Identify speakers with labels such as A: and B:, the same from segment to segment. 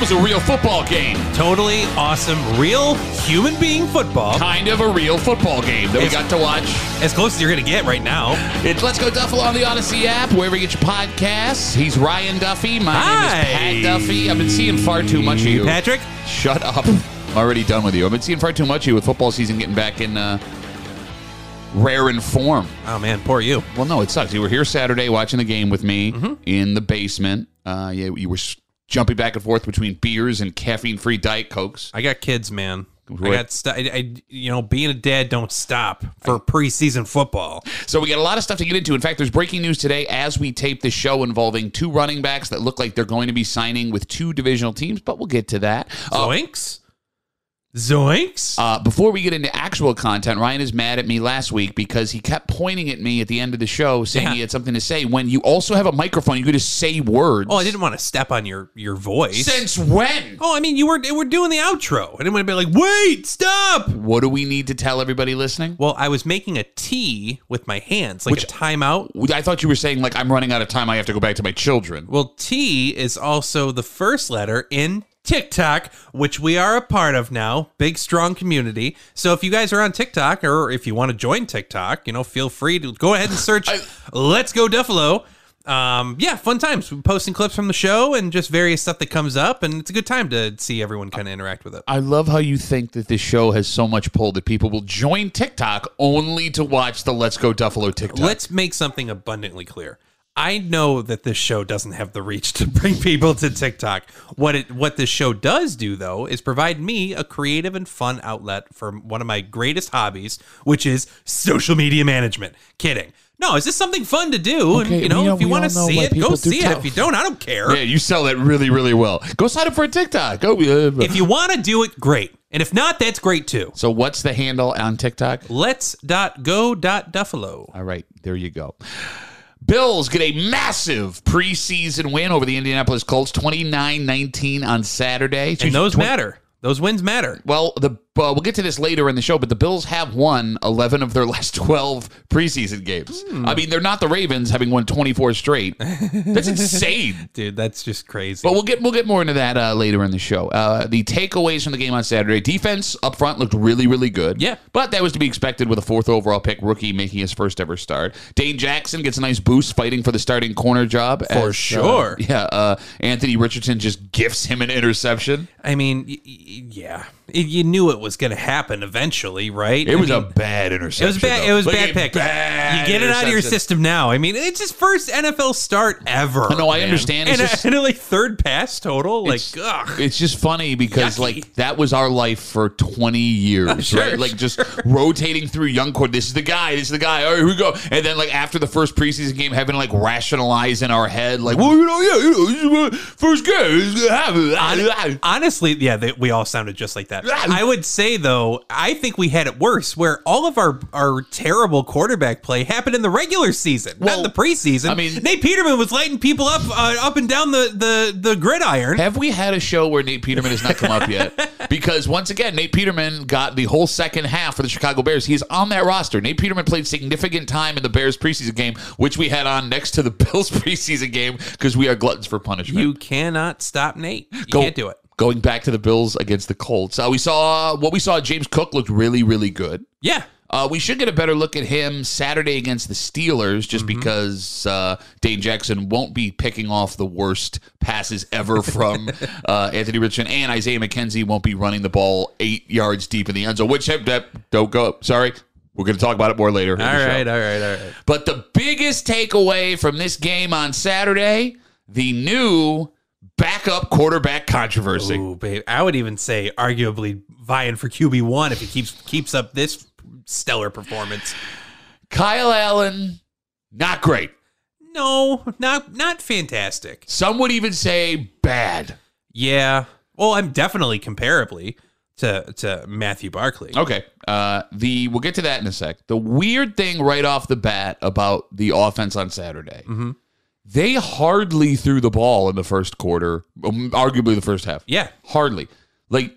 A: was a real football game.
B: Totally awesome, real human being football.
A: Kind of a real football game that we got to watch.
B: As close as you're going to get right now.
A: It's Let's Go Duffalo on the Odyssey app, wherever you get your podcasts. He's Ryan Duffy. My
B: Hi.
A: name is Pat Duffy. I've been seeing far too much of you.
B: Patrick?
A: Shut up. I'm already done with you. I've been seeing far too much of you with football season getting back in uh, rare in form.
B: Oh, man, poor you.
A: Well, no, it sucks. You were here Saturday watching the game with me in the basement. Uh, yeah, you were s- jumping back and forth between beers and caffeine-free Diet Cokes.
B: I got kids, man. I
A: What?
B: got st- I, I, you know, being a dad don't stop for preseason football.
A: So we got a lot of stuff to get into. In fact, there's breaking news today as we tape the show involving two running backs that look like they're going to be signing with two divisional teams, but we'll get to that. Uh,
B: Zoinks, zoinks.
A: uh, before we get into actual content, Ryan is mad at me last week because he kept pointing at me at the end of the show saying
B: Yeah.
A: he had something to say. When you also have a microphone, you could just say words.
B: oh, I didn't want to step on your your voice.
A: Since when?
B: oh, I mean, you were we're doing the outro, and it would have been like, wait, stop.
A: What do we need to tell everybody listening?
B: Well, I was making a tea with my hands, like a timeout.
A: I thought you were saying, like, I'm running out of time. I have to go back to my children.
B: Well, T is also the first letter in TikTok, which we are a part of now. Big, strong community. So if you guys are on TikTok or if you want to join TikTok, you know, feel free to go ahead and search Let's Go Duffalo. Um, yeah, fun times. We're posting clips from the show and just various stuff that comes up. And it's a good time to see everyone kind of interact with it.
A: I love how you think that this show has so much pull that people will join TikTok only to watch the Let's Go Duffalo TikTok.
B: Let's make something abundantly clear. I know that this show doesn't have the reach to bring people to TikTok. What it what this show does do though is provide me a creative and fun outlet for one of my greatest hobbies, which is social media management. Kidding. No, is this something fun to do?
A: Okay,
B: and, you know,
A: we know-
B: if you
A: we
B: want to
A: all know
B: see
A: why
B: it, go
A: people do
B: see it.
A: tell-
B: If you don't, I don't care.
A: yeah, you sell that really, really well. Go sign up for a TikTok. Go. uh,
B: If you want to do it, great. And if not, that's great too.
A: so, what's the handle on TikTok?
B: Let's dot go dot duffalo.
A: All right, there you go. Bills get a massive preseason win over the Indianapolis Colts, 29-19 on Saturday.
B: And those
A: Twen-
B: matter. Those wins matter.
A: Well, the uh, we'll get to this later in the show, but the Bills have won 11 of their last 12 preseason games.
B: Hmm.
A: I mean, they're not the Ravens having won 24 straight. That's insane.
B: Dude, that's just crazy.
A: But we'll get we'll get more into that uh, later in the show. Uh, the takeaways from the game on Saturday: defense up front looked really really good.
B: Yeah.
A: but that was to be expected with a fourth overall pick rookie making his first ever start. Dane Jackson gets a nice boost fighting for the starting corner job
B: For
A: uh,
B: sure.
A: yeah, uh, Anthony Richardson just gifts him an interception.
B: I mean, y- y- yeah, Y- you knew it was going to happen eventually, right?
A: It was
B: I
A: a
B: mean,
A: bad
B: it was
A: interception.
B: bad.
A: though.
B: It was
A: Like
B: bad
A: a
B: pick.
A: bad
B: you get it out of your
A: interception.
B: system now. I mean, it's his first NFL start ever.
A: No, I
B: man.
A: understand. It's
B: And, a-
A: just-
B: and a, like third pass total. Like,
A: It's-
B: ugh.
A: It's just funny because
B: Yucky.
A: like that was our life for 20 years,
B: Sure,
A: right? Like just rotating through young court. This is the guy. This is the guy. All right, here we go. And then like after the first preseason game, having to like rationalize in our head, like, well, you know, yeah, you know, this is my first game. This is gonna happen. Ah, ah.
B: Honestly, yeah, they, we all sounded just like that. I would say though, I think we had it worse, where all of our our terrible quarterback play happened in the regular season,
A: Well,
B: not in the preseason.
A: I mean-
B: Nate Peterman was lighting people up uh, up and down the the the gridiron.
A: Have we had a show where Nate Peterman has not come up yet? Because once again, Nate Peterman got the whole second half for the Chicago Bears. He is on that roster. Nate Peterman played significant time in the Bears preseason game, which we had on next to the Bills preseason game because we are gluttons for punishment.
B: You cannot stop Nate. You
A: Go-
B: can't do it.
A: Going back to the Bills against the Colts, uh, we saw what we saw. James Cook looked really, really good.
B: Yeah.
A: Uh, we should get a better look at him Saturday against the Steelers, just because uh, Dane Jackson won't be picking off the worst passes ever from uh, Anthony Richardson, and Isaiah McKenzie won't be running the ball eight yards deep in the end zone. Which hip dip, don't go. up. Sorry, we're going to talk about it more later. in the
B: All
A: show.
B: right, all right, all right.
A: But the biggest takeaway from this game on Saturday: the new backup quarterback controversy.
B: Ooh, babe. I would even say arguably vying for QB one if he keeps keeps up this stellar performance.
A: Kyle Allen, not great.
B: No, not not fantastic.
A: Some would even say bad.
B: Yeah. Well, I'm definitely comparably to to Matthew Barkley.
A: Okay. Uh, the we'll get to that in a sec. The weird thing right off the bat about the offense on Saturday, they hardly threw the ball in the first quarter, um, arguably the first half.
B: Yeah.
A: hardly. Like,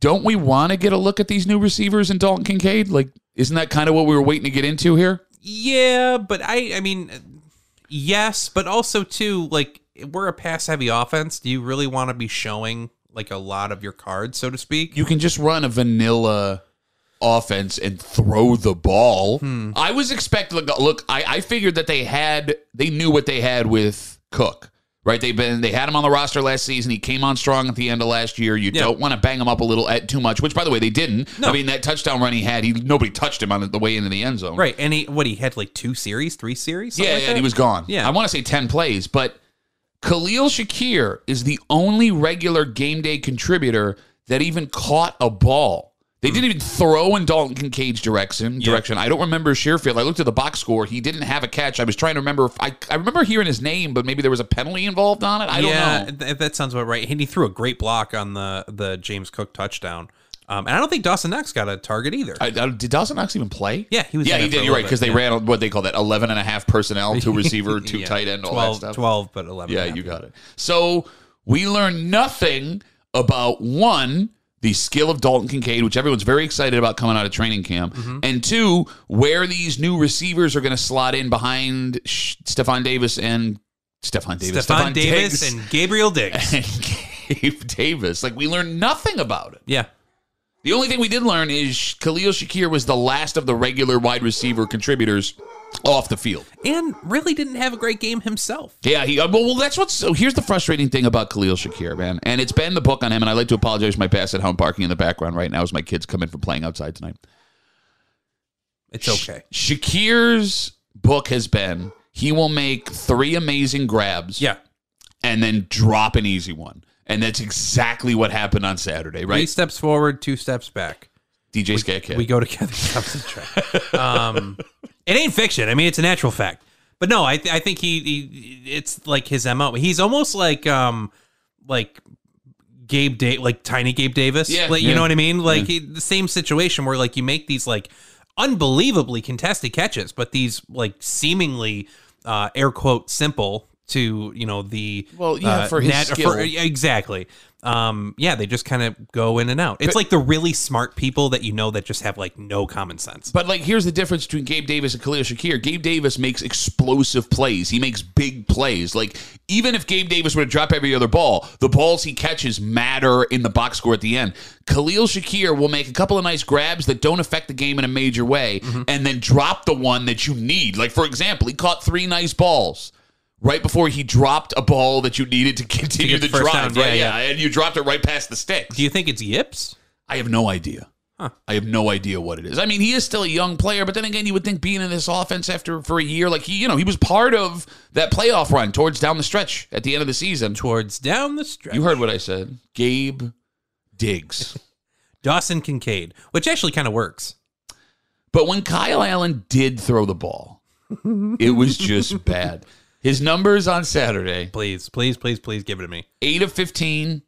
A: don't we want to get a look at these new receivers in Dalton Kincaid? Like, isn't that kind of what we were waiting to get into here?
B: Yeah, but I I mean yes, but also too like we're a pass heavy offense. Do you really want to be showing like a lot of your cards, so to speak?
A: you can just run a vanilla offense and throw the ball. I was expecting look, look I, I figured that they had they knew what they had with Cook. Right, they've been they had him on the roster last season. He came on strong at the end of last year. You
B: Yeah.
A: don't want to bang him up a little at too much, which by the way they didn't. I mean that touchdown run he had, he nobody touched him on the, the way into the end zone.
B: Right. And he, what, he had like two series, three series? Something
A: Yeah,
B: like
A: yeah,
B: that?
A: and he was gone.
B: Yeah.
A: I want to say 10 plays, but Khalil Shakir is the only regular game day contributor that even caught a ball. They didn't even throw in Dalton Kincaid's direction. Direction. I don't remember Sheerfield. I looked at the box score. He didn't have a catch. I was trying to remember. If I I remember hearing his name, but maybe there was a penalty involved on it. I don't
B: yeah,
A: know.
B: th- that sounds about right. And he threw a great block on the the James Cook touchdown. Um, and I don't think Dawson Knox got a target either.
A: I, I, did Dawson Knox even play?
B: yeah, he was.
A: Yeah,
B: in
A: he
B: it for a
A: did. You're
B: little
A: right because
B: bit.
A: they ran what they call that 11 and a half personnel, two receiver, two
B: Yeah.
A: tight end, all
B: 12,
A: that stuff.
B: Twelve, but eleven.
A: Yeah, you got it. So we learn nothing about one, the skill of Dalton Kincaid, which everyone's very excited about coming out of training camp,
B: Mm-hmm.
A: and two, where these new receivers are going to slot in behind Sh- Stephon Davis and Stephon Davis,
B: Stephon Davis
A: Diggs
B: and Gabriel Diggs.
A: and Gabe Davis. Like we learned nothing about it.
B: yeah,
A: The only thing we did learn is Khalil Shakir was the last of the regular wide receiver contributors off the field.
B: and really didn't have a great game himself.
A: Yeah, he, uh, well, well, that's what's. So here's the frustrating thing about Khalil Shakir, man. And it's been the book on him, and I'd like to apologize for my past at home parking in the background right now as my kids come in from playing outside tonight.
B: It's okay.
A: Shakir's book has been he will make three amazing grabs
B: Yeah,
A: and then drop an easy one. And that's exactly what happened on Saturday,
B: three
A: right?
B: steps forward, two steps back.
A: DJ Skatkin.
B: We go together. Concentrate. um, it ain't fiction. I mean, it's a natural fact. But no, I, th- I think he, he it's like his mo. He's almost like um like Gabe da- like tiny Gabe Davis.
A: Yeah.
B: Like, you
A: Yeah.
B: know what I mean. Like he, the same situation where like you make these like unbelievably contested catches, but these like seemingly uh, air quote simple to you know the
A: Well, yeah,
B: uh,
A: for his skill.
B: exactly. Um, yeah, they just kind of go in and out. It's like the really smart people that you know that just have like no common sense.
A: But like, here's the difference between Gabe Davis and Khalil Shakir. Gabe Davis makes explosive plays. He makes big plays. Like, even if Gabe Davis were to drop every other ball, the balls he catches matter in the box score at the end. Khalil Shakir will make a couple of nice grabs that don't affect the game in a major way, and then drop the one that you need. Like, for example, he caught three nice balls. Right before he dropped a ball that you needed to continue
B: the
A: the
B: first
A: drive,
B: down.
A: right?
B: Yeah,
A: Yeah, and you dropped it right past the sticks.
B: Do you think it's yips?
A: I have no idea.
B: Huh.
A: I have no idea what it is. I mean, he is still a young player, but then again, you would think being in this offense after for a year, like he, you know, he was part of that playoff run towards down the stretch at the end of the season.
B: Towards down the stretch.
A: You heard what I said, Gabe Diggs.
B: Dawson Kincaid, which actually kind of works.
A: but when Kyle Allen did throw the ball, it was just bad. His numbers on Saturday:
B: Please, please, please, please give it to me.
A: eight of 15,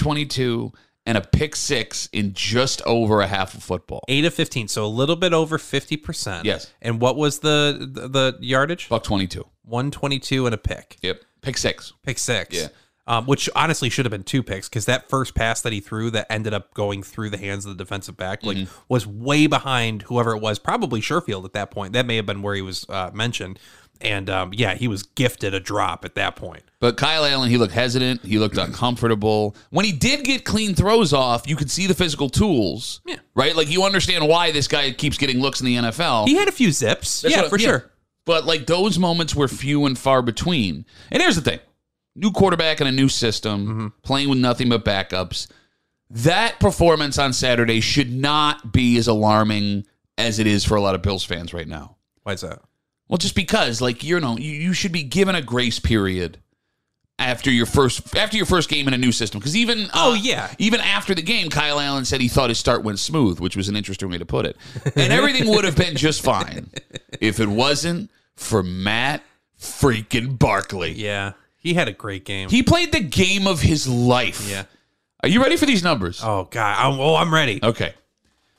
A: 122, and a pick six in just over a half of football.
B: Eight of fifteen, so a little bit over fifty percent.
A: Yes.
B: And what was the the, the yardage?
A: Buck twenty-two.
B: One twenty two and a pick.
A: Yep, pick six.
B: Pick six.
A: Yeah.
B: Um, which honestly should have been two picks because that first pass that he threw that ended up going through the hands of the defensive back like
A: Mm-hmm.
B: was way behind whoever it was, probably Sherfield at that point. That may have been where he was uh, mentioned, and um, yeah, he was gifted a drop at that point.
A: But Kyle Allen, he looked hesitant. He looked uncomfortable. When he did get clean throws off, you could see the physical tools.
B: Yeah.
A: Right? Like, you understand why this guy keeps getting looks in the NFL.
B: He had a few zips,
A: That's
B: yeah,
A: what-
B: for sure.
A: But, like, those moments were few and far between. And here's the thing new quarterback in a new system,
B: Mm-hmm.
A: playing with nothing but backups. That performance on Saturday should not be as alarming as it is for a lot of Bills fans right now.
B: Why is that?
A: Well, just because, like you know, you, you should be given a grace period after your first after your first game in a new system. Because even
B: Oh
A: uh,
B: yeah,
A: even after the game, Kyle Allen said he thought his start went smooth, which was an interesting way to put it. And everything would have been just fine if it wasn't for Matt freaking Barkley.
B: yeah. He had a great game.
A: He played the game of his life.
B: yeah.
A: Are you ready for these numbers?
B: Oh god. I'm, oh, I'm ready.
A: Okay.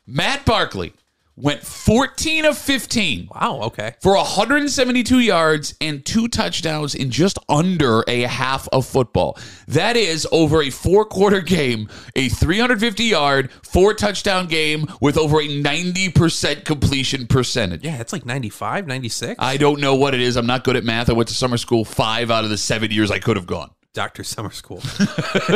A: Matt Barkley went 14 of 15
B: Wow. Okay.
A: for 172 yards and two touchdowns in just under a half of football. That is over a four quarter game, a 350 yard, four touchdown game with over a 90% completion percentage.
B: Yeah, it's like 95, 96.
A: I don't know what it is. I'm not good at math. I went to summer school five out of the seven years I could have gone.
B: Dr. Summer School.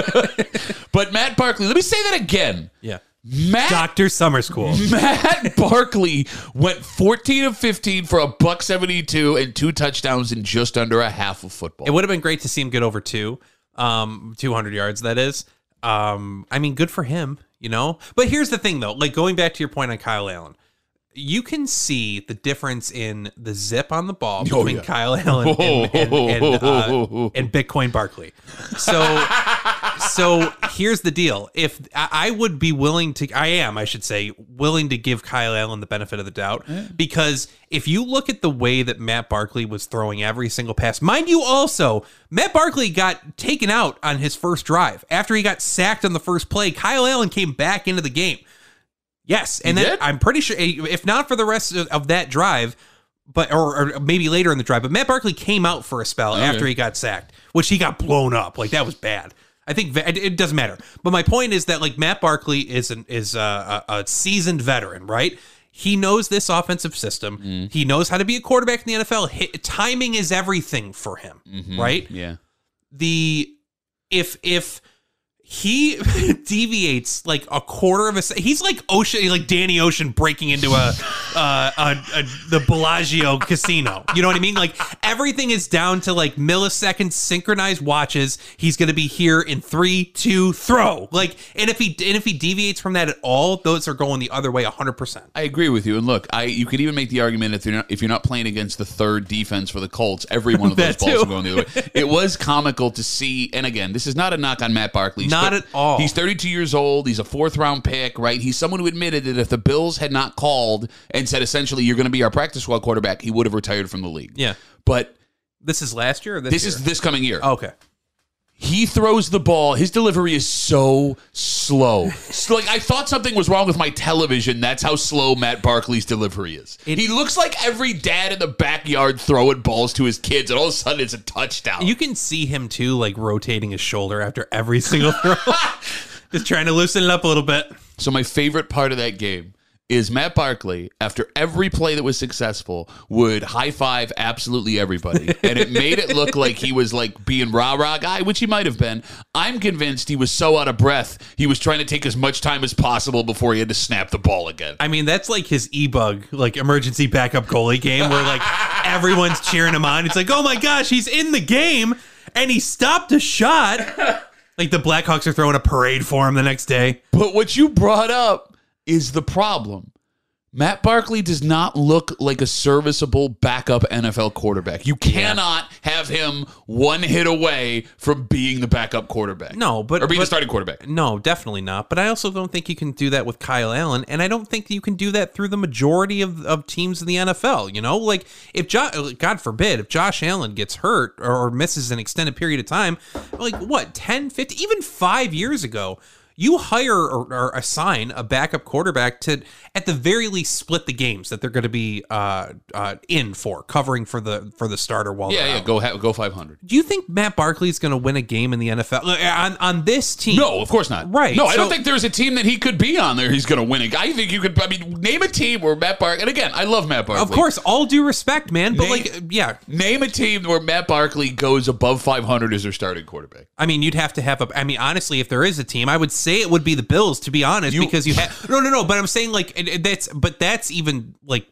A: But Matt Barkley, let me say that again.
B: Yeah.
A: Matt
B: Dr. Summer School.
A: Matt Barkley went 14 of 15 for a buck 72 and two touchdowns in just under a half of football.
B: It would have been great to see him get over two, um, 200 yards, that is. Um, I mean, good for him, you know? But here's the thing, though. Like, going back to your point on Kyle Allen, you can see the difference in the zip on the ball
A: Oh,
B: between
A: yeah.
B: Kyle Allen and, and, and, uh, and Bitcoin Barkley. So, so here's the deal. If I I would be willing to, I am, I should say, willing to give Kyle Allen the benefit of the doubt because if you look at the way that Matt Barkley was throwing every single pass, mind you, also, Matt Barkley got taken out on his first drive. After he got sacked on the first play, Kyle Allen came back into the game. Yes, and
A: He
B: then
A: did?
B: I'm pretty sure, if not for the rest of, of that drive, but or, or maybe later in the drive, but Matt Barkley came out for a spell after he got sacked, which he got blown up. Like that was bad. I think ve- it- it doesn't matter. But my point is that like Matt Barkley is an is a, a, a seasoned veteran, right? He knows this offensive system. He knows how to be a quarterback in the NFL. Hit, timing is everything for him, right?
A: yeah.
B: the if if he deviates like a quarter of a se- he's like ocean like danny ocean breaking into a uh a, a, the bellagio casino you know what i mean like everything is down to like millisecond synchronized watches he's gonna be here in three two throw like and if he and if he deviates from that at all those are going the other way 100%
A: I agree with you. And look, I you could even make the argument if you're not if you're not playing against the third defense for the Colts, every one of those
B: That
A: balls
B: too.
A: will go in the other way. It was comical to see, and again, this is not a knock on Matt Barkley. He's
B: Not
A: thir-
B: at all.
A: He's 32 years old. He's a fourth round pick, right? He's someone who admitted that if the Bills had not called and said essentially you're going to be our practice squad quarterback, he would have retired from the league.
B: yeah
A: But
B: this is last year or this,
A: this
B: year? Oh,
A: is this coming year.
B: okay
A: He throws the ball. His delivery is so slow. So, like I thought something was wrong with my television. That's how slow Matt Barkley's delivery is.
B: It-
A: he looks like every dad in the backyard throwing balls to his kids, and all of a sudden it's a touchdown.
B: You can see him too, like rotating his shoulder after every single throw, just trying to loosen it up a little bit.
A: so my favorite part of that game is Matt Barkley. After every play that was successful, would high five absolutely everybody, and it made it look like he was like being rah rah guy, which he might have been. I'm convinced he was so out of breath, he was trying to take as much time as possible before he had to snap the ball again.
B: I mean, that's like his e-bug, like emergency backup goalie game, where like everyone's cheering him on. It's like, oh my gosh, he's in the game, and he stopped a shot. Like the Blackhawks are throwing a parade for him the next day.
A: But what you brought up is the problem. Matt Barkley does not look like a serviceable backup NFL quarterback. You cannot have him one hit away from being the backup quarterback.
B: No, but-
A: or being the
B: but-
A: starting quarterback.
B: No, definitely not. But I also don't think you can do that with Kyle Allen, and I don't think you can do that through the majority of, of teams in the NFL. You know, like if jo- God forbid, if Josh Allen gets hurt or misses an extended period of time, like what 10, 50, even five years ago. You hire or, or assign a backup quarterback to, at the very least, split the games that they're going to be uh, uh, in for, covering for the for the starter while
A: Yeah,
B: they're
A: yeah,
B: out.
A: go ha- go 500.
B: Do you think Matt Barkley is going to win a game in the NFL Look, uh, on on this team?
A: No, of course not.
B: Right,
A: No, I don't
B: so-
A: think there's a team that he could be on there. He's going to win it. I think you could. I mean, name a team where Matt Barkley. And again, I love Matt Barkley.
B: Of course, all due respect, man. But
A: Nate-
B: like, yeah,
A: Name a team where Matt Barkley goes above 500 as their starting quarterback.
B: I mean, you'd have to have a. I mean, honestly, if there is a team, I would say it would be the Bills, to be honest, because you have no, no, no. But I'm saying like and- and that's, but that's even like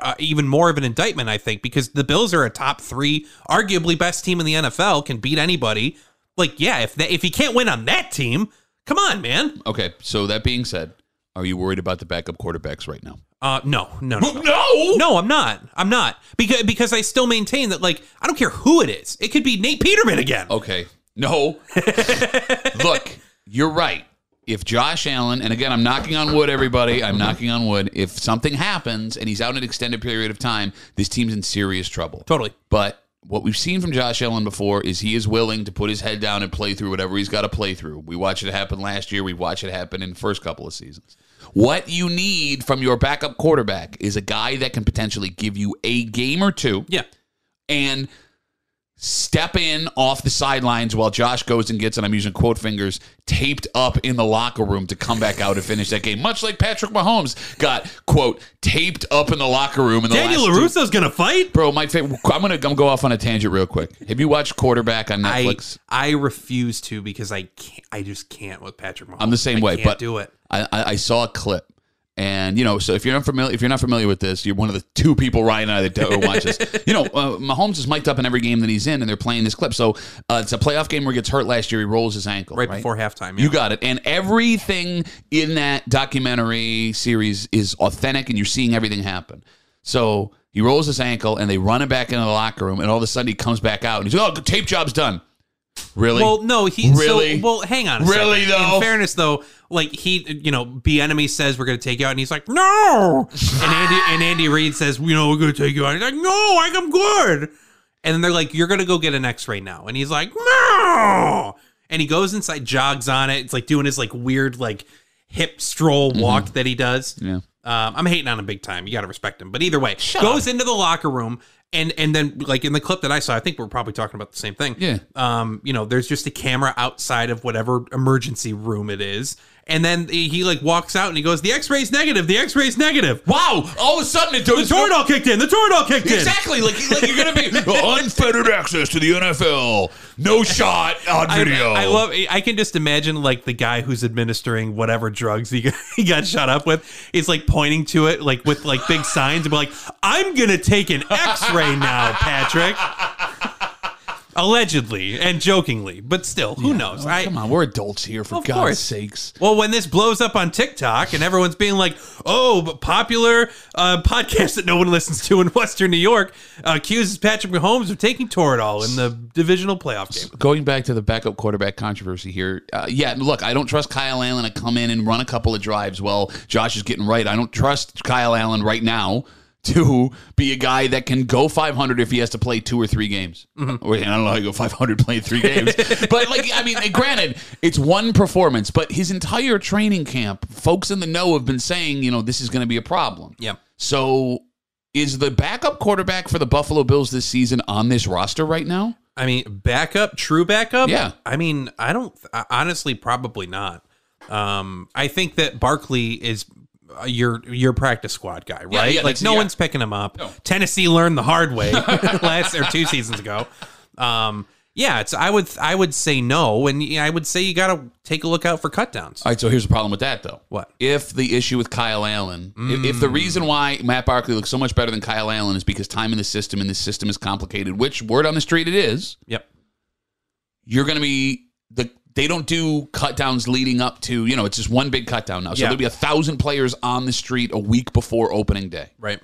B: uh, even more of an indictment, I think, because the Bills are a top three, arguably best team in the NFL, can beat anybody. Like, yeah, if that, if he can't win on that team, come on, man.
A: Okay, so that being said, are you worried about the backup quarterbacks right now?
B: Uh, no, no, no. no.
A: No.
B: No, I'm not. I'm not because because I still maintain that like I don't care who it is. It could be Nate Peterman again.
A: Okay. No. Look, you're right. If Josh Allen, and again, I'm knocking on wood, everybody, I'm knocking on wood. If something happens and he's out an extended period of time, this team's in serious trouble.
B: Totally.
A: But what we've seen from Josh Allen before is he is willing to put his head down and play through whatever he's got to play through. We watched it happen last year. We watched it happen in the first couple of seasons. What you need from your backup quarterback is a guy that can potentially give you a game or two
B: Yeah.
A: and step in off the sidelines while Josh goes and gets, and I'm using quote fingers, taped up in the locker room to come back out and finish that game. Much like Patrick Mahomes got, quote, taped up in the locker room in the
B: Daniel
A: last two-
B: LaRusso's going to fight?
A: Bro, my favorite. I'm gonna, I'm gonna go off on a tangent real quick. Have you watched Quarterback on
B: I,
A: Netflix?
B: I refuse to because I can't, I just can't with Patrick Mahomes.
A: I'm the same
B: I
A: way,
B: can't
A: but-
B: do it.
A: I, I, I saw a clip, and you know, so if you're not familiar, if you're not familiar with this, you're one of the two people Ryan and I that don't watch this. You know, uh, Mahomes is mic'd up in every game that he's in, and they're playing this clip. So uh, it's a playoff game where he gets hurt last year. He rolls his ankle
B: Right, before halftime. Yeah.
A: You got it. And everything in that documentary series is authentic and you're seeing everything happen. So he rolls his ankle and they run him back into the locker room and all of a sudden he comes back out and he's like, oh, tape job's done. Really?
B: well, no, he
A: Really?
B: So, well, hang on. A
A: Really,
B: second.
A: though?
B: In fairness, though, like he, you know, B enemy says we're going to take you out, and he's like, no. and Andy and Andy Reid says, you know, we're going to take you out. He's like, no, I, I'm good. And then they're like, you're going to go get an X-ray now, and he's like, no. And he goes inside, jogs on it. It's like doing his like weird like hip stroll walk that he does.
A: Mm-hmm. yeah.
B: Um, I'm hating on him big time. You got to respect him. But either way,
A: Shut
B: goes into the locker room and and then like in the clip that I saw, I think we're probably talking about the same thing.
A: Yeah.
B: Um, you know, there's just a camera outside of whatever emergency room it is, and then he he, like walks out and he goes, "The X-ray's negative. The X-ray's negative. Oh,
A: Wow. All of a sudden it does.
B: The tornado kicked in. The tornado kicked in."
A: Exactly. Like, like you're going to be unfettered access to the NFL. No shot on
B: I,
A: video.
B: I love. I can just imagine like the guy who's administering whatever drugs he got, he got shot up with is like pointing to it like with like big signs and be like, "I'm gonna take an X-ray now, Patrick." Allegedly and jokingly, but still, who knows? I,
A: Come on. We're adults here, for
B: Of
A: God's
B: course.
A: sakes.
B: well, when this blows up on TikTok and everyone's being like, "Oh, but popular uh, podcast that no one listens to in Western New York uh, accuses Patrick Mahomes of taking Toradol in the divisional playoff game."
A: going back to the backup quarterback controversy here, uh, yeah, look, I don't trust Kyle Allen to come in and run a couple of drives while Josh is getting right. I don't trust Kyle Allen right now to be a guy that can go 500 if he has to play two or three games. Or, I don't know how you go 500 playing three games. but, like, I mean, granted, it's one performance, but his entire training camp, folks in the know have been saying, you know, this is going to be a problem.
B: Yeah.
A: So. Is the backup quarterback for the Buffalo Bills this season on this roster right now?
B: I mean, backup, true backup.
A: Yeah.
B: I mean, I don't I- honestly, probably not. Um, I think that Barkley is uh, your your practice squad guy, right?
A: Yeah, yeah,
B: like
A: that's-
B: no
A: yeah.
B: one's picking him up. Tennessee learned the hard way last or two seasons ago. Um, yeah, it's I would I would say no, and yeah, I would say you got to take a look out for cutdowns.
A: All right, so here's the problem with that, though.
B: What? Mm.
A: If the issue with Kyle Allen, if, if the reason why Matt Barkley looks so much better than Kyle Allen is because time in the system and the system is complicated, which word on the street it is,
B: Yep.
A: you're going to be the. They don't do cut downs leading up to, you know, it's just one big cut down now. So
B: Yeah.
A: there'll be a thousand players on the street a week before opening day.
B: Right.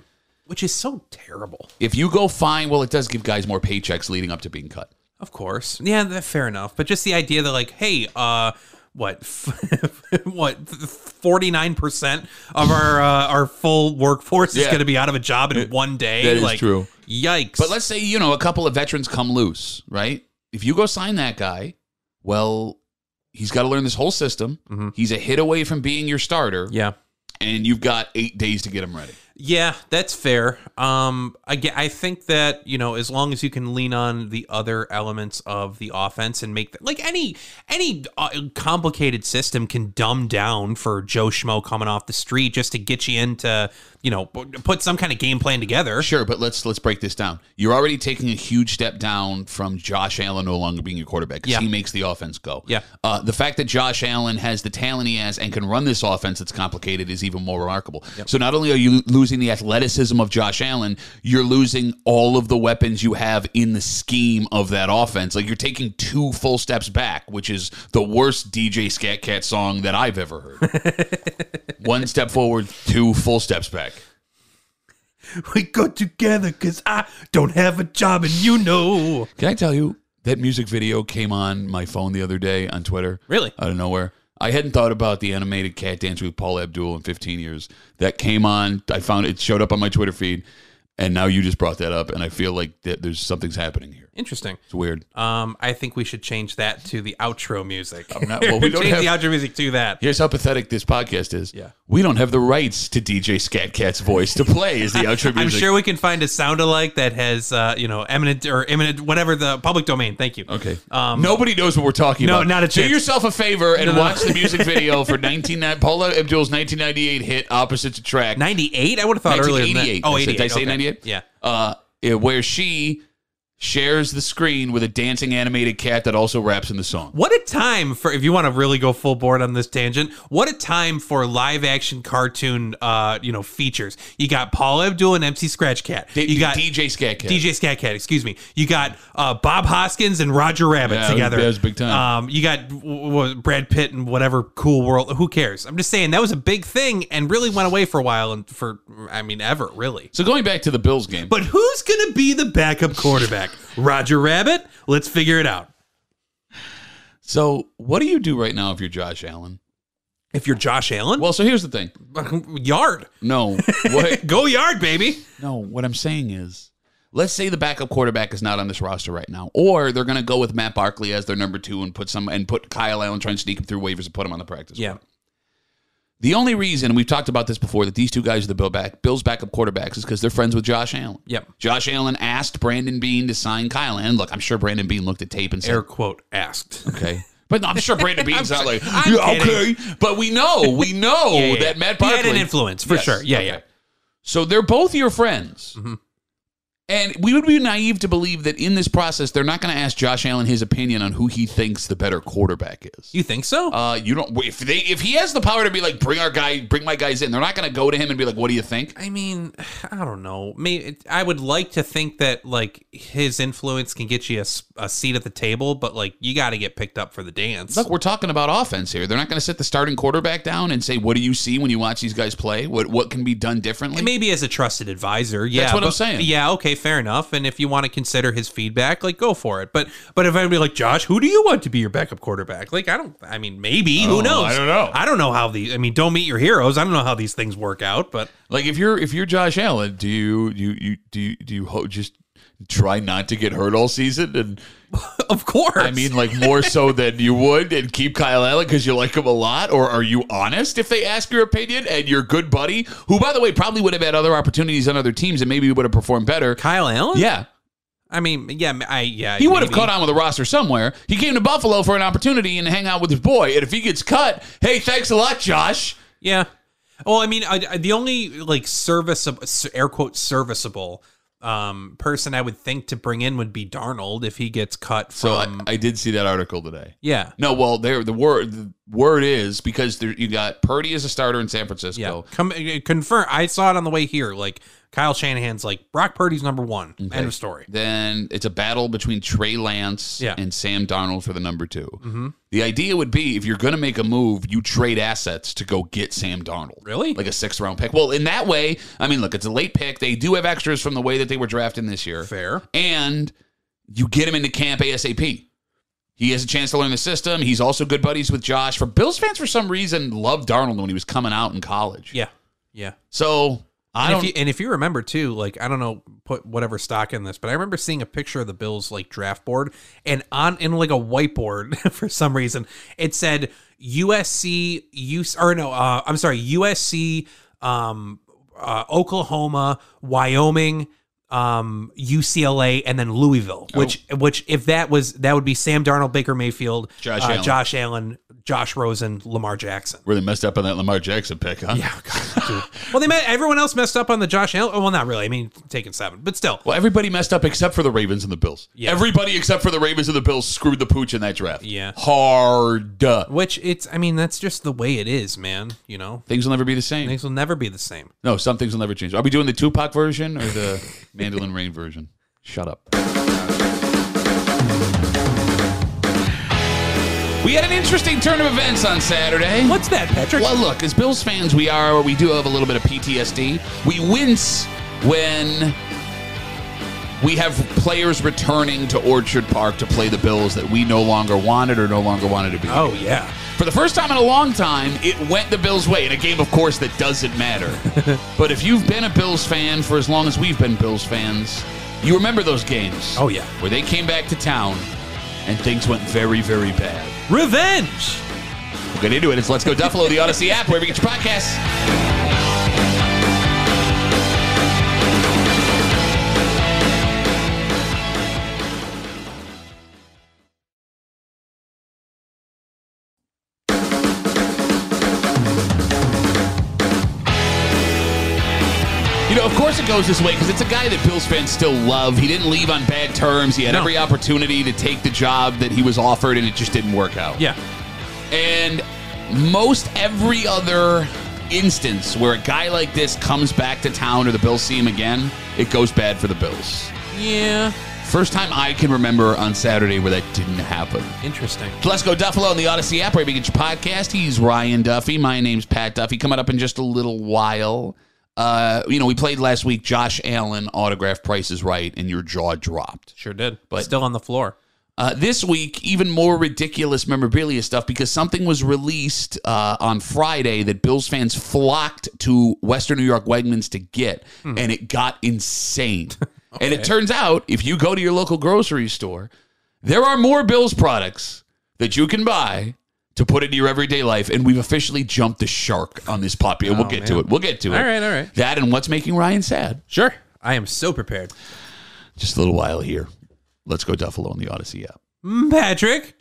B: Which is so terrible.
A: If you go fine, well, it does give guys more paychecks leading up to being cut.
B: Of course. Yeah, that, fair enough. But just the idea that like, hey, uh, what, what, forty nine percent of our uh, our full workforce is
A: Yeah.
B: going to be out of a job in one day.
A: that is
B: like,
A: true.
B: Yikes.
A: But let's say, you know, a couple of veterans come loose, right? If you go sign that guy, well, he's got to learn this whole system. He's a hit away from being your starter,
B: yeah,
A: and you've got eight days to get him ready.
B: yeah, that's fair. Um, again, I think that you know, as long as you can lean on the other elements of the offense and make that like any any uh, complicated system can dumb down for Joe Schmo coming off the street just to get you into you know put some kind of game plan together.
A: Sure, but let's let's break this down. You're already taking a huge step down from Josh Allen no longer being your quarterback because
B: Yeah.
A: he makes the offense go.
B: Yeah.
A: Uh, the fact that Josh Allen has the talent he has and can run this offense that's complicated is even more remarkable. So not only are you losing the athleticism of Josh Allen, you're losing all of the weapons you have in the scheme of that offense. Like you're taking two full steps back, which is the worst DJ Scat Cat song that I've ever heard. One step forward, two full steps back.
B: We go together because I don't have a job and you know.
A: Can I tell you that music video came on my phone the other day on Twitter?
B: Really?
A: Out of nowhere. I hadn't thought about the animated cat dance with Paul Abdul in 15 years. That came on. I found it showed up on my Twitter feed, and now you just brought that up, and I feel like that there's something's happening here.
B: Interesting.
A: It's weird.
B: Um, I think we should change that to the outro music.
A: not- well, we don't
B: change
A: have-
B: the outro music to that.
A: Here's how pathetic this podcast is.
B: Yeah.
A: We don't have the rights to DJ Scat Cat's voice to play as the outro music.
B: I'm sure we can find a sound alike that has, uh, you know, eminent or eminent, whatever the public domain. Thank you.
A: Okay.
B: Um,
A: Nobody knows what we're talking
B: No,
A: about.
B: not a
A: Do
B: chance.
A: yourself a favor and
B: No, no.
A: watch the music video for 19 Paula Abdul's 1998 hit "Opposites Attract."
B: 98? I would have thought earlier than
A: 1988.
B: that. Oh,
A: I said-
B: 88.
A: Did I say
B: okay.
A: 98?
B: Yeah.
A: Uh, yeah, where she shares the screen with a dancing animated cat that also raps in the song.
B: What a time for if you want to really go full board on this tangent. What a time for live action cartoon, uh, you know, features. You got Paul Abdul and MC Scratch Cat.
A: D-
B: You got
A: DJ Scat Cat.
B: DJ Scat Cat, excuse me. You got uh, Bob Hoskins and Roger Rabbit
A: Yeah, that was-
B: together.
A: that was big time.
B: Um, you got w- w- Brad Pitt and whatever cool world. Who cares? I'm just saying that was a big thing and really went away for a while and for I mean ever really.
A: So going back to the Bills game,
B: But who's gonna be the backup quarterback? Roger Rabbit? Let's figure it out.
A: so what do you do right now if you're Josh Allen?
B: If you're Josh Allen,
A: Well, so here's the thing.
B: yard.
A: No, what?
B: Go yard, baby.
A: no, what I'm saying is, let's say the backup quarterback is not on this roster right now, or they're going to go with Matt Barkley as their number two and put some and put Kyle Allen try and sneak him through waivers and put him on the practice.
B: Yeah.
A: The only reason and we've talked about this before that these two guys are the Bill back Bills backup quarterbacks is because they're friends with Josh Allen.
B: Yep.
A: Josh Allen asked Brandon Bean to sign Kyle Allen. Look, I'm sure Brandon Bean looked at tape and said,
B: Air quote asked.
A: "Okay." But no, I'm sure Brandon Bean's not like,
B: I'm
A: "Yeah,
B: kidding."
A: okay. But we know, we know
B: Yeah, yeah,
A: Oh, that Matt
B: yeah.
A: Barkley
B: He had an influence for
A: Yes,
B: sure. Yeah,
A: okay.
B: yeah. Mm-hmm.
A: So they're both your friends. And we would be naive to believe that in this process, they're not going to ask Josh Allen his opinion on who he thinks the better quarterback is.
B: You think so?
A: Uh, you don't if they if he has the power to be like bring our guy bring my guys in, they're not going to go to him and be like, "What do you think?"
B: I mean, I don't know. Maybe I would like to think that like his influence can get you a, s- a seat at the table, but like you got to get picked up for the dance.
A: Look, we're talking about offense here. They're not going to sit the starting quarterback down and say, "What do you see when you watch these guys play? What what can be done differently?"
B: And maybe as a trusted advisor, yeah.
A: what I'm
B: but-
A: saying.
B: Yeah, okay, fair enough. And if you want to consider his feedback, like go for it. But but if I'd be like Josh, who do you want to be your backup quarterback? Like I don't. I mean, maybe
A: Oh,
B: who knows?
A: I don't know.
B: I don't know how these. I mean, don't meet your heroes. I don't know how these things work out, but
A: Like if you're if you're Josh Allen, do you you you do you, do you ho- just try not to get hurt all season and
B: of course.
A: I mean, like more so than you would, and keep Kyle Allen because you like him a lot, or are you honest if they ask your opinion and your good buddy, who by the way probably would have had other opportunities on other teams and maybe would have performed better?
B: Kyle Allen.
A: Yeah,
B: I mean, yeah. I yeah.
A: he would have
B: maybe.
A: caught on with a roster somewhere. He came to Buffalo for an opportunity and to hang out with his boy, and if he gets cut, hey, thanks a lot, Josh.
B: Yeah. Well, I mean, I, I- the only like serviceable, air quote serviceable um person I would think to bring in would be Darnold if he gets cut
A: So I-
B: from.
A: I did see that article today.
B: yeah.
A: No, well, there the word the word is because there, you got Purdy as a starter in San Francisco.
B: Yeah. Come uh, confirm. I saw it on the way here. Like Kyle Shanahan's like Brock Purdy's number one. End of story.
A: Then it's a battle between Trey Lance
B: Yeah.
A: and Sam Darnold for the number 2 The idea would be if you're going to make a move, you trade assets to go get Sam Darnold.
B: Really?
A: Like a sixth round pick. Well, in that way, I mean, look, it's a late pick. They do have extras from the way that they were drafting this year.
B: Fair.
A: And you get him into camp ASAP. He has a chance to learn the system. He's also good buddies with Josh. For Bills fans, for some reason, loved Darnold when he was coming out in college.
B: Yeah. Yeah.
A: So I
B: And
A: don't.
B: if, you, and if you remember too, like I don't know, put whatever stock in this, but I remember seeing a picture of the Bills like draft board, and on in like a whiteboard for some reason it said USC, use or no, uh, I'm sorry, USC, um, uh, Oklahoma, Wyoming, um, UCLA, and then Louisville.
A: Oh.
B: Which which if that was that would be Sam Darnold, Baker Mayfield,
A: Josh
B: uh,
A: Allen.
B: Josh Allen, Josh Rosen, Lamar Jackson.
A: really messed up on that Lamar Jackson pick, huh?
B: Yeah, Oh, God, dude. well, they met everyone else messed up on the Josh Allen. oh, Well, not really. I mean, taking seven, but still.
A: Well, everybody messed up except for the Ravens and the Bills.
B: Yeah.
A: Everybody except for the Ravens and the Bills screwed the pooch in that draft.
B: Yeah.
A: Hard.
B: Which it's, I mean, that's just the way it is, man. You know,
A: Things will never be the same.
B: things will never be the same.
A: No, some things will never change. Are we doing the Tupac version or the Mandolin Rain version? Shut up. We had an interesting turn of events on Saturday.
B: What's that, Patrick?
A: Well, look, as Bills fans, we are. We do have a little bit of PTSD. We wince when we have players returning to Orchard Park to play the Bills that we no longer wanted or no longer wanted to be.
B: Oh yeah,
A: For the first time in a long time, it went the Bills' way in a game, of course, that doesn't matter. but if you've been a Bills fan for as long as we've been Bills fans, You remember those games?
B: Oh, yeah.
A: Where they came back to town and things went very, very bad.
B: Revenge.
A: We'll get into it. It's Let's Go Duffalo, the Odyssey app, wherever you get your podcasts. You know, of course it goes this way because it's a guy that Bills fans still love. He didn't leave on bad terms. He had
B: No.
A: every opportunity to take the job that he was offered, and it just didn't work out.
B: Yeah.
A: And most every other instance where a guy like this comes back to town or the Bills see him again, it goes bad for the Bills.
B: Yeah.
A: First time I can remember on Saturday where that didn't happen.
B: Interesting.
A: Let's go Duffalo on the Odyssey app where you get your podcast. He's Ryan Duffy. My name's Pat Duffy. Coming up in just a little while. Uh, you know, we played last week Josh Allen autograph prices right and your jaw dropped.
B: Sure did.
A: But-
B: But still on the floor.
A: Uh, this week, even more ridiculous memorabilia stuff because something was released uh, on Friday that Bills fans flocked to Western New York Wegmans to get,
B: Hmm.
A: and it got insane. And it turns out, if you go to your local grocery store, there are more Bills products that you can buy to put into your everyday life. And we've officially jumped the shark on this puppy. And we'll get to it. We'll get to it.
B: Oh, All right, all right.
A: That and what's making Ryan sad.
B: Sure. I am so prepared.
A: Just a little while here. Let's go Duffalo on the Odyssey app.
B: Mm, Patrick.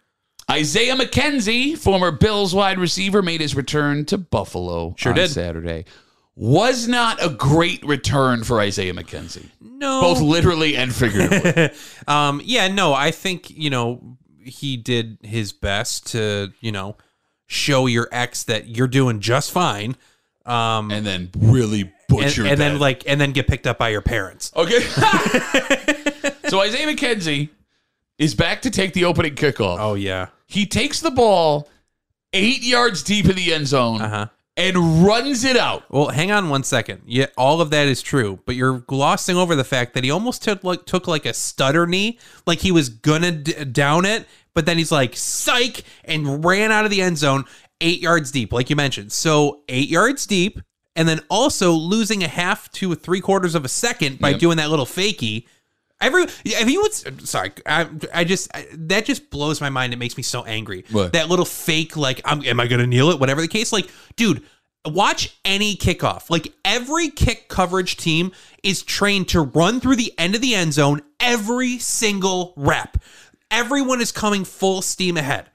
A: Isaiah McKenzie, former Bills wide receiver, made his return to Buffalo
B: Sure
A: on
B: did.
A: Saturday. Was not a great return for Isaiah McKenzie,
B: No.
A: both literally and figuratively.
B: Um, yeah, no, I think, you know, he did his best to, you know, show your ex that you're doing just fine. Um,
A: and then really
B: and,
A: butchered
B: and then
A: that.
B: like, and then get picked up by your parents.
A: Okay. so Isaiah McKenzie is back to take the opening kickoff.
B: Oh yeah.
A: He takes the ball eight yards deep in the end zone
B: Uh huh.
A: and runs it out.
B: Well, hang on one second. Yeah, all of that is true, but you're glossing over the fact that he almost took like took like a stutter knee, like he was gonna d- down it, but then he's like psych and ran out of the end zone eight yards deep, like you mentioned. So eight yards deep, and then also losing a half to three quarters of a second by doing that little fakie. Every if he was sorry, I, I just I, that just blows my mind. It makes me so angry.
A: What?
B: That little fake like, I'm, am I going to kneel it? Whatever the case, like, dude, watch any kickoff. Like every kick coverage team is trained to run through the end of the end zone every single rep. Everyone is coming full steam ahead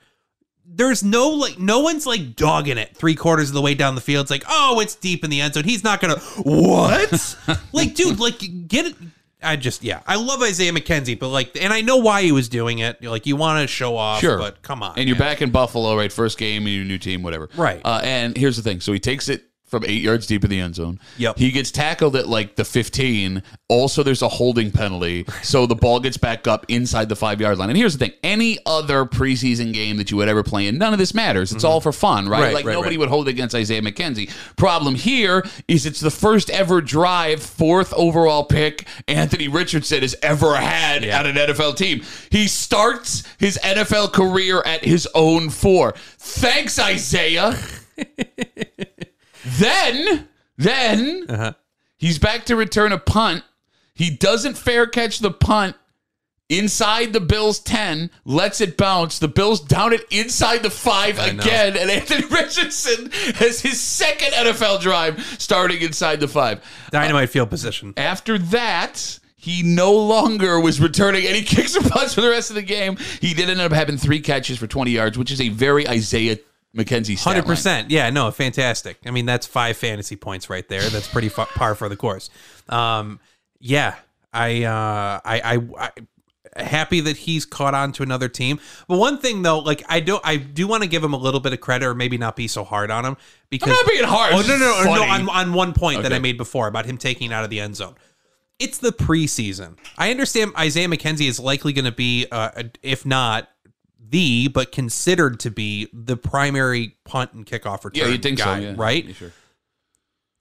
B: there's no like no one's like dogging it three quarters of the way down the field. It's like, oh, it's deep in the end zone. He's not gonna what? like, dude, like get it. I just yeah, I love Isaiah McKenzie, but like, and I know why he was doing it. Like, you want to show off,
A: Sure.
B: but come on,
A: and you're
B: man.
A: back in Buffalo, right? First game, your new team, whatever.
B: Right.
A: Uh, and here's the thing: so he takes it from eight yards deep in the end zone.
B: Yep.
A: He gets tackled at like the 15. Also, there's a holding penalty, so the ball gets back up inside the five yard line. And here's the thing: any other preseason game that you would ever play in, none of this matters. It's
B: Mm-hmm.
A: all for fun, right?
B: Right,
A: like
B: right,
A: nobody
B: right.
A: would hold it against Isaiah McKenzie. Problem here is it's the first ever drive, fourth overall pick Anthony Richardson has ever had
B: Yeah.
A: at an NFL team. He starts his NFL career at his own four. Thanks, Isaiah. then, then he's back to return a punt. He doesn't fair catch the punt. Inside the Bills 10, lets it bounce. The Bills down it inside the five
B: know.
A: again, and Anthony Richardson has his second NFL drive starting inside the five.
B: dynamite field position.
A: After that, he no longer was returning any kicks or punts for the rest of the game. He did end up having three catches for 20 yards, which is a very Isaiah McKenzie stat
B: Hundred
A: line.
B: percent, yeah, no, fantastic. I mean, that's five fantasy points right there. That's pretty fa- par for the course. Um, yeah, I, uh, I, I, I, happy that he's caught on to another team. But one thing though, like I do, I do want to give him a little bit of credit, or maybe not be so hard on him because
A: I'm not being harsh.
B: Oh no, no, no, no!
A: Funny.
B: On, on one point that
A: Okay.
B: I made before about him taking it out of the end zone, it's the preseason. I understand Isaiah McKenzie is likely going to be, uh, if not the, but considered to be the primary punt and kickoff return.
A: Yeah, you think
B: guy,
A: so, yeah.
B: right?
A: Yeah, Sure.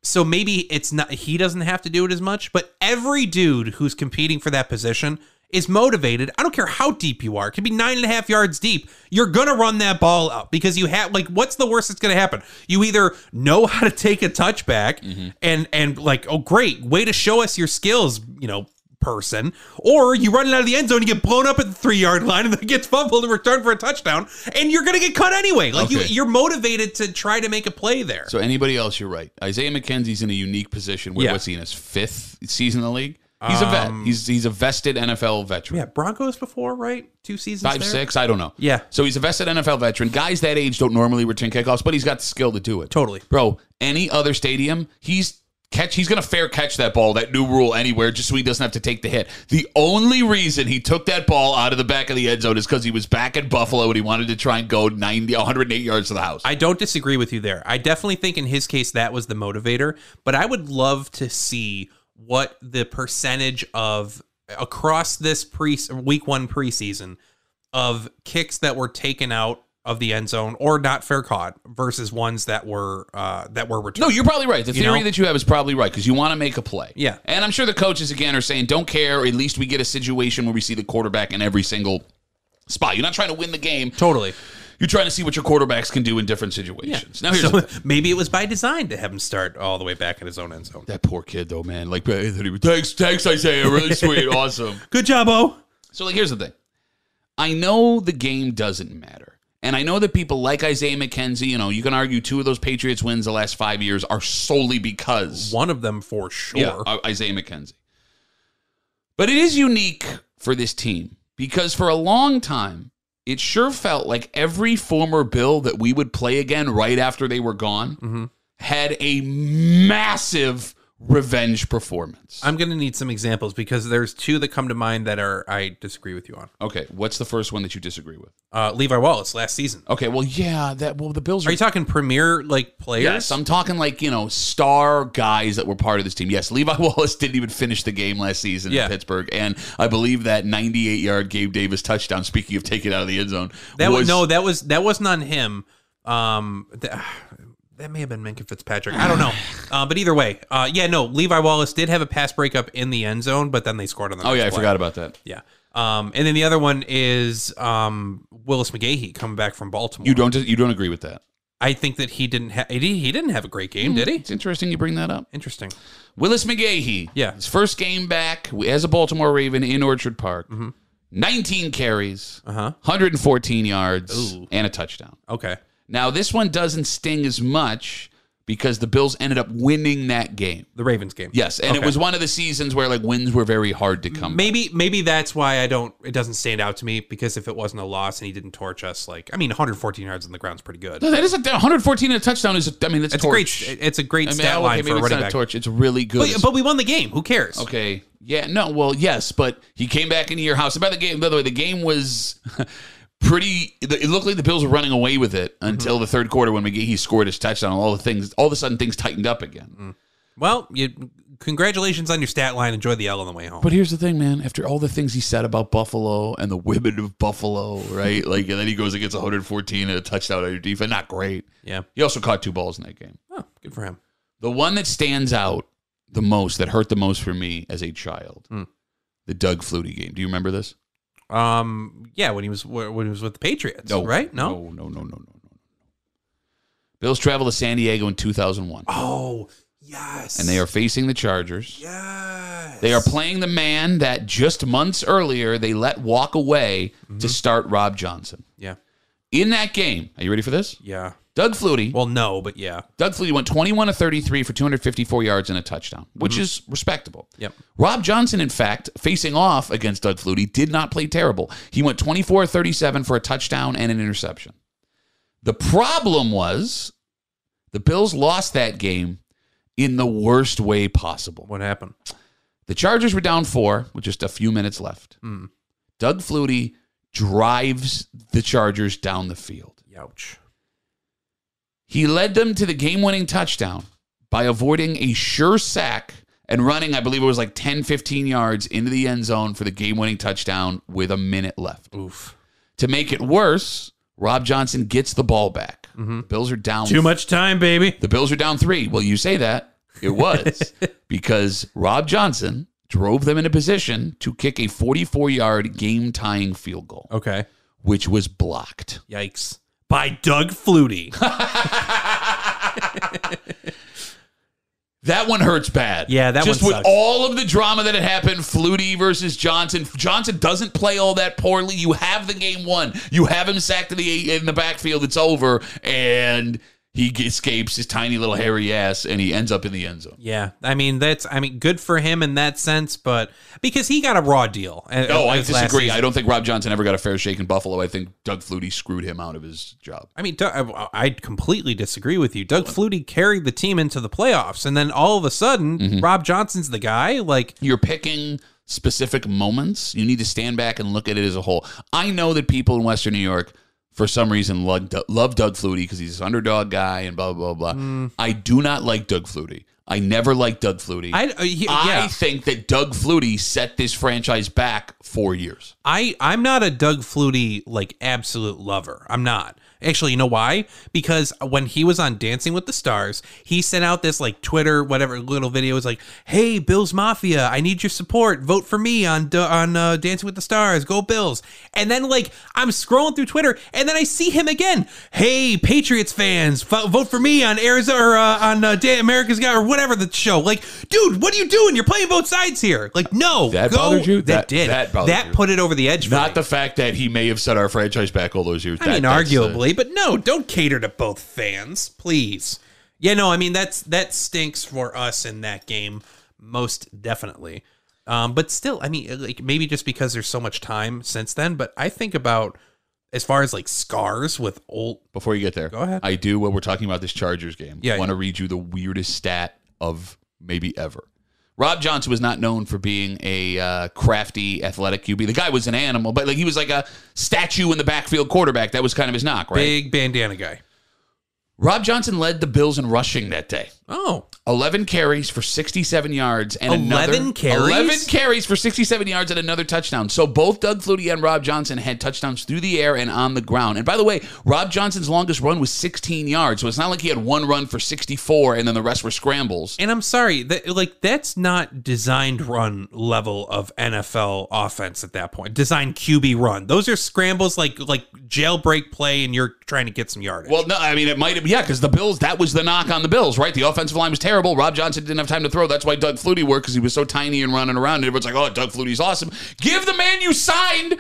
B: so maybe it's not he doesn't have to do it as much but every dude who's competing for that position is motivated i don't care how deep you are it could be nine and a half yards deep you're gonna run that ball out because you have like what's the worst that's gonna happen you either know how to take a touchback and and like oh great way to show us your skills you know person, or you running out of the end zone, you get blown up at the three yard line, and then gets fumbled and returned for a touchdown, and you're going to get cut anyway. Like you,
A: Okay.
B: you're motivated to try to make a play there.
A: So anybody else, you're right. Isaiah McKenzie's in a unique position. Where
B: Yeah. Um,
A: was he in his fifth season in the league? He's a vet. He's he's a vested NFL veteran.
B: yeah, Broncos before, right? Two seasons.
A: Five,
B: there?
A: six, I don't know.
B: Yeah.
A: So he's a vested NFL veteran. Guys that age don't normally return kickoffs, but he's got the skill to do it.
B: Totally.
A: Bro, any other stadium, he's catch he's gonna fair catch that ball, that new rule anywhere, just so he doesn't have to take the hit. The only reason he took that ball out of the back of the end zone is because he was back in Buffalo and he wanted to try and go 90 108 yards to the house.
B: I don't disagree with you there. I definitely think in his case that was the motivator, but I would love to see what the percentage of across this pre week 1 preseason of kicks that were taken out of the end zone or not fair caught versus ones that were uh that were returned.
A: No, you're probably right. The theory
B: know?
A: that you have is probably right because you want to make a play.
B: Yeah.
A: And I'm sure the coaches, again, are saying, don't care. Or at least we get a situation where we see the quarterback in every single spot. You're not trying to win the game.
B: Totally.
A: You're trying to see what your quarterbacks can do in different situations. Now, here's the
B: So
A: thing.
B: maybe it was by design to have him start all the way back in his own end zone.
A: that poor kid, though, man. Like, uh, thanks, thanks, Isaiah. Really sweet. awesome.
B: Good job, O.
A: So, like, here's the thing. I know the game doesn't matter. And I know that people like Isaiah McKenzie, you know, you can argue two of those Patriots wins the last five years are solely because
B: One of them for sure.
A: Yeah, I- Isaiah McKenzie. But it is unique for this team because for a long time, it sure felt like every former Bill that we would play again right after they were gone
B: Mm-hmm.
A: had a massive revenge performance.
B: I'm going to need some examples because there's two that come to mind that are I disagree with you on.
A: Okay, what's the first one that you disagree with?
B: uh, Levi Wallace last season.
A: Okay, well, yeah, that well, the Bills
B: Are
A: are.
B: you talking premier like players?
A: Yes, I'm talking like you know star guys that were part of this team. Yes, Levi Wallace didn't even finish the game last season
B: Yeah.
A: in Pittsburgh, and I believe that 98 yard Gabe Davis touchdown. Speaking of taking it out of the end zone,
B: that was, no, that was that wasn't on him. Um, that, that may have been Minka Fitzpatrick. I don't know, uh, but either way, uh, yeah, no, Levi Wallace did have a pass breakup in the end zone, but then they scored on the.
A: Oh
B: next
A: yeah, I
B: play.
A: forgot about that.
B: Yeah, um, and then the other one is um, Willis McGahee coming back from Baltimore.
A: You don't you don't agree with that?
B: I think that he didn't ha- he, he didn't have a great game, did he?
A: It's interesting you bring that up.
B: Interesting.
A: Willis McGahee,
B: Yeah.
A: his first game back as a Baltimore Raven in Orchard Park, 19 carries,
B: Mm-hmm. Uh-huh.
A: 114 yards, and a touchdown.
B: Okay.
A: Now this one doesn't sting as much because the Bills ended up winning that game.
B: The Ravens game.
A: Yes, and it was one of the seasons where like wins were very hard to come.
B: Maybe maybe that's why I don't it doesn't stand out to me because if it wasn't a loss and he didn't torch us like I mean 114 yards on the ground's pretty good.
A: No, that is a 114 in a touchdown is a, I mean that's
B: It's a
A: torch.
B: great it's a great
A: I mean,
B: stat
A: okay,
B: line
A: maybe
B: for a
A: it's
B: running
A: not a
B: back.
A: torch. It's really good.
B: But, but we won the game. Who cares?
A: Okay. Yeah. No. Well, yes, but he came back into your house. And by the game, by the way, the game was pretty. It looked like the Bills were running away with it until the third quarter when McGee scored his touchdown. and All the things, all of a sudden, things tightened up again.
B: Well, you congratulations on your stat line. Enjoy the L on the way home.
A: But here's the thing, man. After all the things he said about Buffalo and the women of Buffalo, right? like, and then he goes and gets 114 and a touchdown on your defense. Not great.
B: yeah.
A: He also caught two balls in that game.
B: Oh, good for him.
A: The one that stands out the most, that hurt the most for me as a child,
B: Hmm.
A: the Doug Flutie game. Do you remember this?
B: Um yeah, when he was when he was with the Patriots, right? No.
A: No, no, no, no, no, no. no. Bills travel to San Diego in 2001,
B: Oh, yes.
A: and they are facing the Chargers.
B: yes.
A: They are playing the man that just months earlier they let walk away
B: Mm-hmm.
A: to start Rob Johnson.
B: Yeah.
A: In that game, are you ready for this?
B: Yeah.
A: Doug Flutie.
B: Well, no, but yeah.
A: Doug Flutie went 21 to 33 for 254 yards and a touchdown, which
B: Mm-hmm.
A: is respectable.
B: Yep.
A: Rob Johnson, in fact, facing off against Doug Flutie, did not play terrible. He went 24 37 for a touchdown and an interception. The problem was the Bills lost that game in the worst way possible.
B: What happened?
A: The Chargers were down four with just a few minutes left. Doug Flutie drives the Chargers down the field.
B: Youch.
A: He led them to the game winning touchdown by avoiding a sure sack and running, I believe it was like 10, 15 yards into the end zone for the game winning touchdown with a minute left.
B: Oof.
A: To make it worse, Rob Johnson gets the ball back. The Bills are down.
B: Mm-hmm. Too much time, baby.
A: The Bills are down three. Well, you say that. It was because Rob Johnson drove them into position to kick a 44 yard game tying field goal,
B: Okay.
A: which was blocked.
B: Yikes. By Doug Flutie.
A: That one hurts bad.
B: Yeah, that
A: just
B: one
A: with
B: sucks.
A: all of the drama that had happened, Flutie versus Johnson. Johnson doesn't play all that poorly. You have the game won. You have him sacked in the in the backfield. It's over, and he escapes his tiny little hairy ass, and he ends up in the end zone.
B: Yeah, I mean that's I mean good for him in that sense, but because he got a raw deal. uh,
A: No, I disagree. I don't think Rob Johnson ever got a fair shake in Buffalo. I think Doug Flutie screwed him out of his job.
B: I mean, Doug- I I completely disagree with you. Doug Flutie carried the team into the playoffs, and then all of a sudden,
A: Mm-hmm.
B: Rob Johnson's the guy. Like,
A: you're picking specific moments. You need to stand back and look at it as a whole. I know that people in Western New York, for some reason, love, love Doug Flutie because he's this underdog guy and blah, blah, blah, blah.
B: Mm.
A: I do not like Doug Flutie. I never liked Doug Flutie. I,
B: I, uh, he- yeah,
A: think that Doug Flutie set this franchise back four years.
B: I I'm not a Doug Flutie like absolute lover. I'm not. Actually, you know why? Because when he was on Dancing with the Stars, he sent out this like Twitter whatever little video was like, "Hey, Bills Mafia, I need your support. Vote for me on Da- on uh, Dancing with the Stars. Go Bills." And then like I'm scrolling through Twitter and then I see him again. "Hey, Patriots fans, fo- vote for me on Arizona or, uh, on uh, Dan- America's Got or whatever the show." Like, dude, what are you doing? You're playing both sides here. Like, no.
A: That bothered you?
B: That,
A: That-
B: did.
A: that bothered you.
B: put it over the edge for me.
A: Not the fact that he may have set our franchise back all those years.
B: I
A: That-
B: mean,
A: that's the-
B: arguably, but no, don't cater to both fans, please. Yeah, no, I mean that's that stinks for us in that game, most definitely. Um, but still, I mean, like maybe just because there's so much time since then, but I think about as far as like scars with old.
A: before you get there,
B: ahead.
A: I do when we're talking about this Chargers game.
B: Yeah,
A: I want to read you the weirdest stat of maybe ever. Rob Johnson was not known for being a uh, crafty, athletic QB. The guy was an animal, but like he was like a statue in the backfield quarterback. That was kind of his knock, right?
B: Big bandana guy.
A: Rob Johnson led the Bills in rushing that day.
B: Oh,
A: 11 carries for 67 yards and
B: 11
A: another
B: carries?
A: 11 carries for 67 yards and another touchdown. So both Doug Flutie and Rob Johnson had touchdowns through the air and on the ground. And by the way, Rob Johnson's longest run was 16 yards. So it's not like he had one run for 64 and then the rest were scrambles.
B: and I'm sorry that like that's not designed run level of NFL offense at that point. Designed QB run. Those are scrambles like like jailbreak play, and you're trying to get some yardage.
A: Well, no, I mean it might have yeah, because the Bills that was the knock on the Bills, right? The offensive line was terrible. Rob Johnson didn't have time to throw. That's why Doug Flutie worked because he was so tiny and running around. And everyone's like, "Oh, Doug Flutie's awesome." Give the man you signed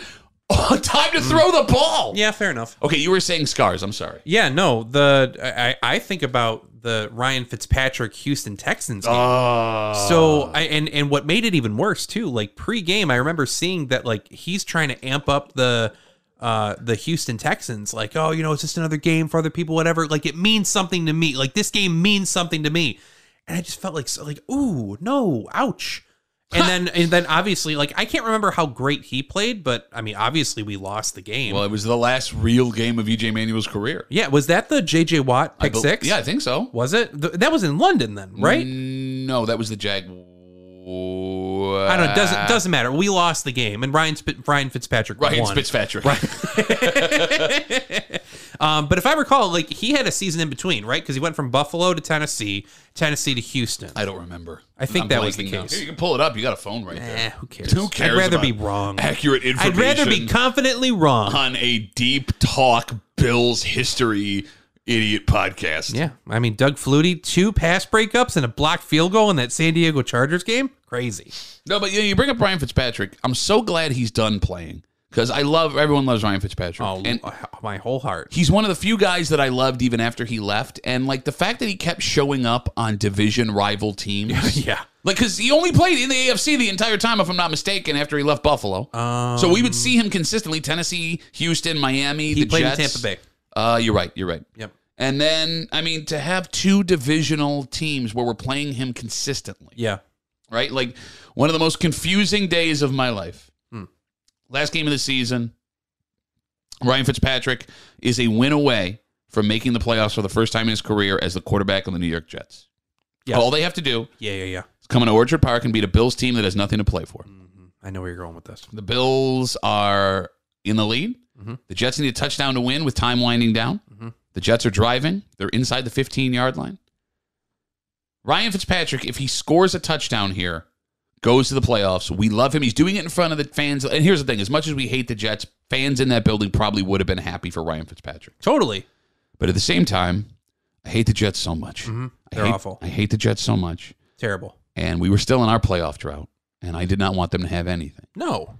A: time to throw the ball.
B: yeah, fair enough.
A: Okay, you were saying scars. I'm sorry.
B: Yeah, no, the I, I think about the Ryan Fitzpatrick Houston Texans game. Uh, so
A: Uh,
B: I and and what made it even worse too, like pregame, I remember seeing that like he's trying to amp up the uh the Houston Texans, like, oh, you know, it's just another game for other people, whatever. Like it means something to me. Like this game means something to me. And I just felt like so like, ooh, no, ouch. And then and then obviously like I can't remember how great he played, but I mean obviously we lost the game.
A: Well, it was the last real game of EJ Manuel's career.
B: yeah, was that the JJ Watt
A: I
B: pick
A: bel-
B: six?
A: Yeah, I think so.
B: Was it? Th- that was in London then, right?
A: No, that was the Jag.
B: I
A: I
B: don't know. Doesn't doesn't matter. We lost the game, and Ryan Sp- Ryan Fitzpatrick
A: Uh, Ryan
B: won.
A: Fitzpatrick.
B: um, but if I recall, like he had a season in between, right? Because he went from Buffalo to Tennessee, Tennessee to Houston.
A: I don't remember.
B: I think that was the
A: blanking now.
B: case.
A: Here, you can pull it up. You got a phone right there.
B: Eh, who cares?
A: Who cares
B: I'd rather
A: about
B: be wrong.
A: Accurate
B: I'd
A: information. Uh-huh.
B: rather be confidently wrong.
A: on a deep talk Bills history idiot podcast.
B: Yeah, I mean Doug Flutie, two pass breakups and a blocked field goal in that San Diego Chargers game. Crazy.
A: No, but you, you bring up Ryan Fitzpatrick. I'm so glad he's done playing because I love everyone loves Ryan Fitzpatrick.
B: Oh,
A: and
B: my whole heart.
A: he's one of the few guys that I loved even after he left. And like the fact that he kept showing up on division rival teams.
B: Yeah.
A: Like, because he only played in the AFC the entire time, if I'm not mistaken, after he left Buffalo.
B: Um,
A: so we would see him consistently Tennessee, Houston, Miami,
B: He
A: the
B: played
A: Jets.
B: in Tampa Bay.
A: Uh, you're right. You're right.
B: Yep.
A: And then, I mean, to have two divisional teams where we're playing him consistently,
B: Yeah.
A: right? Like, one of the most confusing days of my life. Last game of the season, Ryan Fitzpatrick is a win away from making the playoffs for the first time in his career as the quarterback on the New York Jets.
B: Yeah.
A: All they have to do
B: Yeah. Yeah. Yeah.
A: is come into Orchard Park and beat a Bills team that has nothing to play for.
B: Mm-hmm. I know where you're going with this.
A: The Bills are in the lead.
B: Mm-hmm.
A: The Jets need a touchdown to win with time winding down. The Jets are driving. They're inside the 15 yard line. Ryan Fitzpatrick, if he scores a touchdown here, goes to the playoffs. We love him. He's doing it in front of the fans. And here's the thing as much as we hate the Jets, fans in that building probably would have been happy for Ryan Fitzpatrick.
B: Totally.
A: But at the same time, I hate the Jets so much. I
B: Mm-hmm. They're
A: hate-
B: awful.
A: I hate the Jets so much.
B: Terrible.
A: And we were still in our playoff drought, and I did not want them to have anything.
B: No.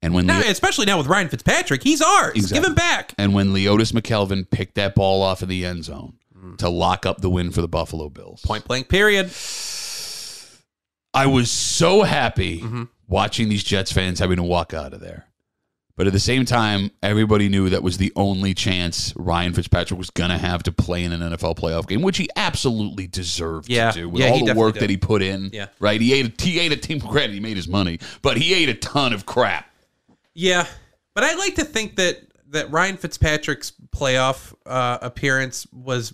A: And when
B: Now,
A: Leo-
B: especially now with Ryan Fitzpatrick, he's ours. Give
A: Exactly.
B: him back.
A: and when Leotis McKelvin picked that ball off of the end zone to lock up the win for the Buffalo Bills,
B: Mm. Point blank. Period.
A: I was so happy
B: Mm-hmm.
A: watching these Jets fans having to walk out of there. But at the same time, everybody knew that was the only chance Ryan Fitzpatrick was going to have to play in an NFL playoff game, which he absolutely deserved
B: Yeah.
A: to do with
B: Yeah, he
A: all the work
B: definitely
A: that he put in.
B: Yeah.
A: Right? He ate, a, he ate a team credit. He made his money, but he ate a ton of crap.
B: Yeah, but I like to think that that Ryan Fitzpatrick's playoff uh, appearance was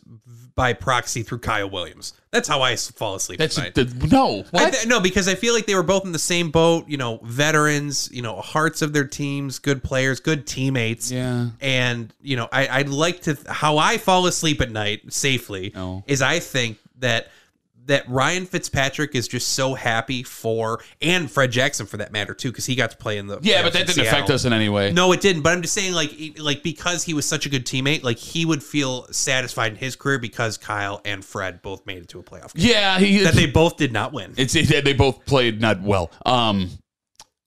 B: by proxy through Kyle Williams. That's how I s- fall asleep
A: That's
B: at night.
A: the, no.
B: I
A: What?
B: th- no, because I feel like they were both in the same boat. You know, veterans. You know, hearts of their teams, good players, good teammates.
A: yeah.
B: And you know, I, I'd like to how I fall asleep at night safely
A: No.
B: is I think that that Ryan Fitzpatrick is just so happy for and Fred Jackson for that matter too because he got to play in the
A: Yeah, but
B: playoffs
A: that
B: in
A: didn't affect
B: Seattle.
A: us in any way.
B: No, it didn't. But I'm just saying, like, it- like because he was such a good teammate, like he would feel satisfied in his career because Kyle and Fred both made it to a playoff game
A: Yeah. He,
B: that they both did not win.
A: It's it, they both played not well. Um,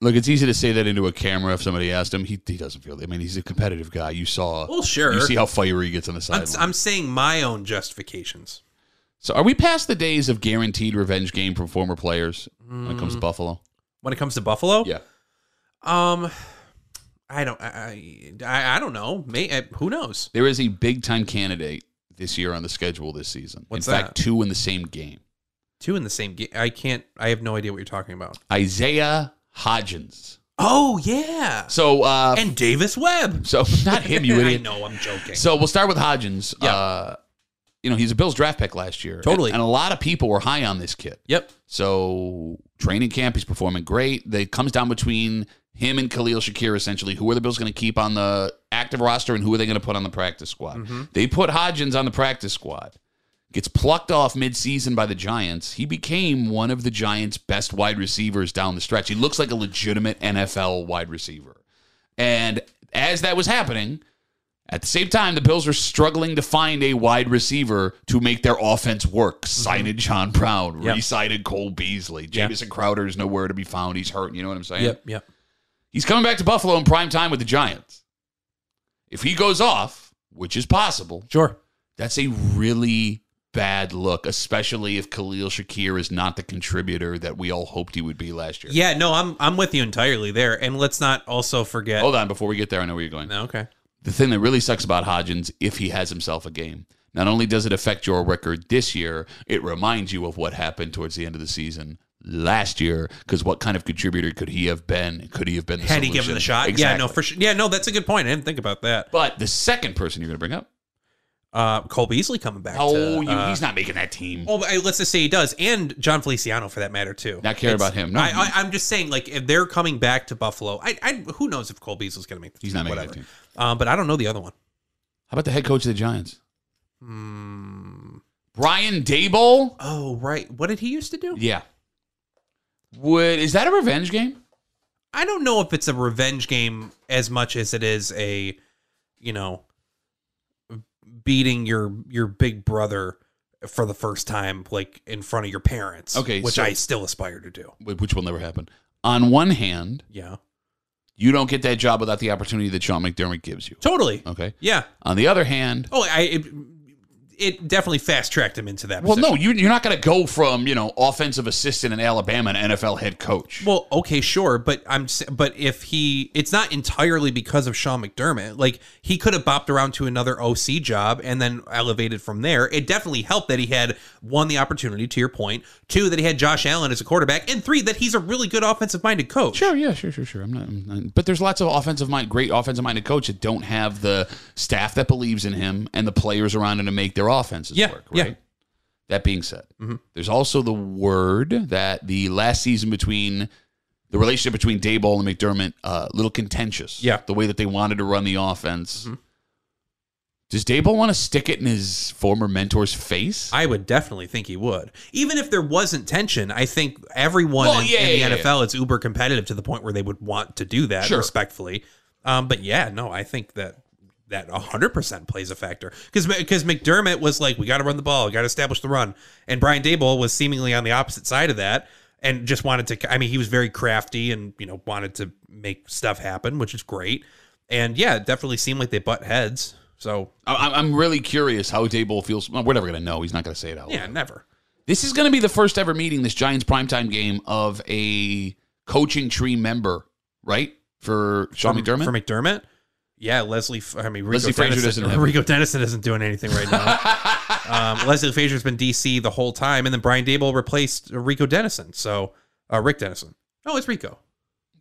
A: look, it's easy to say that into a camera if somebody asked him. He he doesn't feel. I mean, he's a competitive guy. You saw.
B: well, sure.
A: You see how fiery he gets on the
B: I'm,
A: sideline.
B: I'm saying my own justifications.
A: so, are we past the days of guaranteed revenge game from former players when it comes
B: Mm.
A: to Buffalo?
B: When it comes to Buffalo,
A: Yeah,
B: Um, I don't. I I, I don't know. May, uh, who knows?
A: there is a big time candidate this year on the schedule this season.
B: What's
A: in fact,
B: that?
A: two in the same game.
B: Two in the same game. I can't. I have no idea what you're talking about.
A: Isaiah Hodgins.
B: Oh yeah,
A: So, uh,
B: and Davis Webb.
A: so not him, you
B: I
A: idiot.
B: know. I'm joking.
A: So we'll start with Hodgins.
B: Yeah.
A: Uh, you know, he's a Bills draft pick last year.
B: Totally.
A: And, and a lot of people were high on this kid.
B: yep.
A: So training camp, he's performing great. They comes down between him and Khalil Shakir essentially. Who are the Bills going to keep on the active roster and who are they going to put on the practice squad?
B: Mm-hmm.
A: They put Hodgins on the practice squad. Gets plucked off midseason by the Giants. He became one of the Giants' best wide receivers down the stretch. He looks like a legitimate NFL wide receiver. And as that was happening, at the same time, the Bills were struggling to find a wide receiver to make their offense work. Signed John Brown,
B: Mm-hmm. Yep.
A: re-signed Cole Beasley. Jamison Crowder is nowhere to be found. He's hurt. You know what I'm saying?
B: Yep. Yep.
A: He's coming back to Buffalo in prime time with the Giants. If he goes off, which is possible,
B: Sure.
A: that's a really bad look, especially if Khalil Shakir is not the contributor that we all hoped he would be last year.
B: Yeah, no, I'm I'm with you entirely there. And let's not also forget.
A: Hold on, before we get there, I know where you're going.
B: no, okay.
A: the thing that really sucks about Hodgins, if he has himself a game, not only does it affect your record this year, it reminds you of what happened towards the end of the season last year. Because what kind of contributor could he have been? Could he have been? The
B: Had he
A: solution?
B: given the shot? Yeah, no, for sure. Yeah, no, that's a good point. I didn't think about that.
A: But the second person you're going to bring up,
B: Uh, Cole Beasley coming back.
A: oh,
B: to,
A: you,
B: uh,
A: he's not making that team.
B: Oh, but, uh, let's just say he does, and John Feliciano for that matter too.
A: Not care about him. No.
B: I, I, I'm just saying, like if they're coming back to Buffalo, I, I who knows if Cole Beasley's going to make the
A: He's
B: team,
A: not making
B: whatever.
A: that team.
B: Um, but I don't know the other one.
A: How about the head coach of the Giants? Hmm. Brian Dable.
B: Oh right, what did he used to do?
A: Yeah. Would is that a revenge game?
B: I don't know if it's a revenge game as much as it is a, you know, beating your your big brother for the first time, like in front of your parents.
A: Okay,
B: which
A: so-
B: I still aspire to do.
A: Wh- Which will never happen. On one hand,
B: Yeah,
A: you don't get that job without the opportunity that Sean McDermott gives you.
B: totally.
A: Okay.
B: Yeah.
A: On the other hand,
B: Oh, I it, it definitely fast tracked him into that.
A: well,
B: position.
A: no, you, you're not going to go from you know offensive assistant in Alabama to NFL head coach.
B: Well, okay, sure, but I'm s- but if he, it's not entirely because of Sean McDermott. Like he could have bopped around to another OC job and then elevated from there. It definitely helped that he had one the opportunity. To your point, two that he had Josh Allen as a quarterback, and three that he's a really good offensive minded coach.
A: sure, yeah, sure, sure, sure. I'm not, I'm not- but there's lots of offensive mind, great offensive minded coach that don't have the staff that believes in him and the players around him to make their offenses
B: Yeah,
A: work.
B: yeah. Mm-hmm.
A: Right. That being said, there's also the word that the last season between the relationship between Dayball and McDermott uh, a little contentious.
B: Yeah. Mm-hmm.
A: the way that they wanted to run the offense. Does Dayball want to stick it in his former mentor's face?
B: I would definitely think he would. Even if there wasn't tension, I think everyone
A: Well,
B: in,
A: yeah,
B: in the
A: yeah, yeah.
B: NFL is uber competitive to the point where they would want to do that
A: Sure.
B: respectfully. Um, but yeah, no, I think that that 100% plays a factor because because McDermott was like we got to run the ball, got to establish the run. And Brian Dable was seemingly on the opposite side of that and just wanted to I mean he was very crafty and you know wanted to make stuff happen, which is great. And yeah, it definitely seemed like they butt heads. So,
A: I- I'm I'm really curious how Dable feels. Well, we're never going to know. He's not going to say it out loud.
B: yeah, never.
A: This is going to be the first ever meeting, this Giants primetime game, of a coaching tree member, right? For Sean
B: For-
A: McDermott?
B: For McDermott? Yeah, Leslie. F- I mean, Rico
A: Leslie Frazier
B: Dennison,
A: doesn't have it.
B: Rico Dennison isn't doing anything right now. um, Leslie Frazier's been DC the whole time, and then Brian Dable replaced Rico Dennison. So uh, Rick Dennison. No, it's Rico.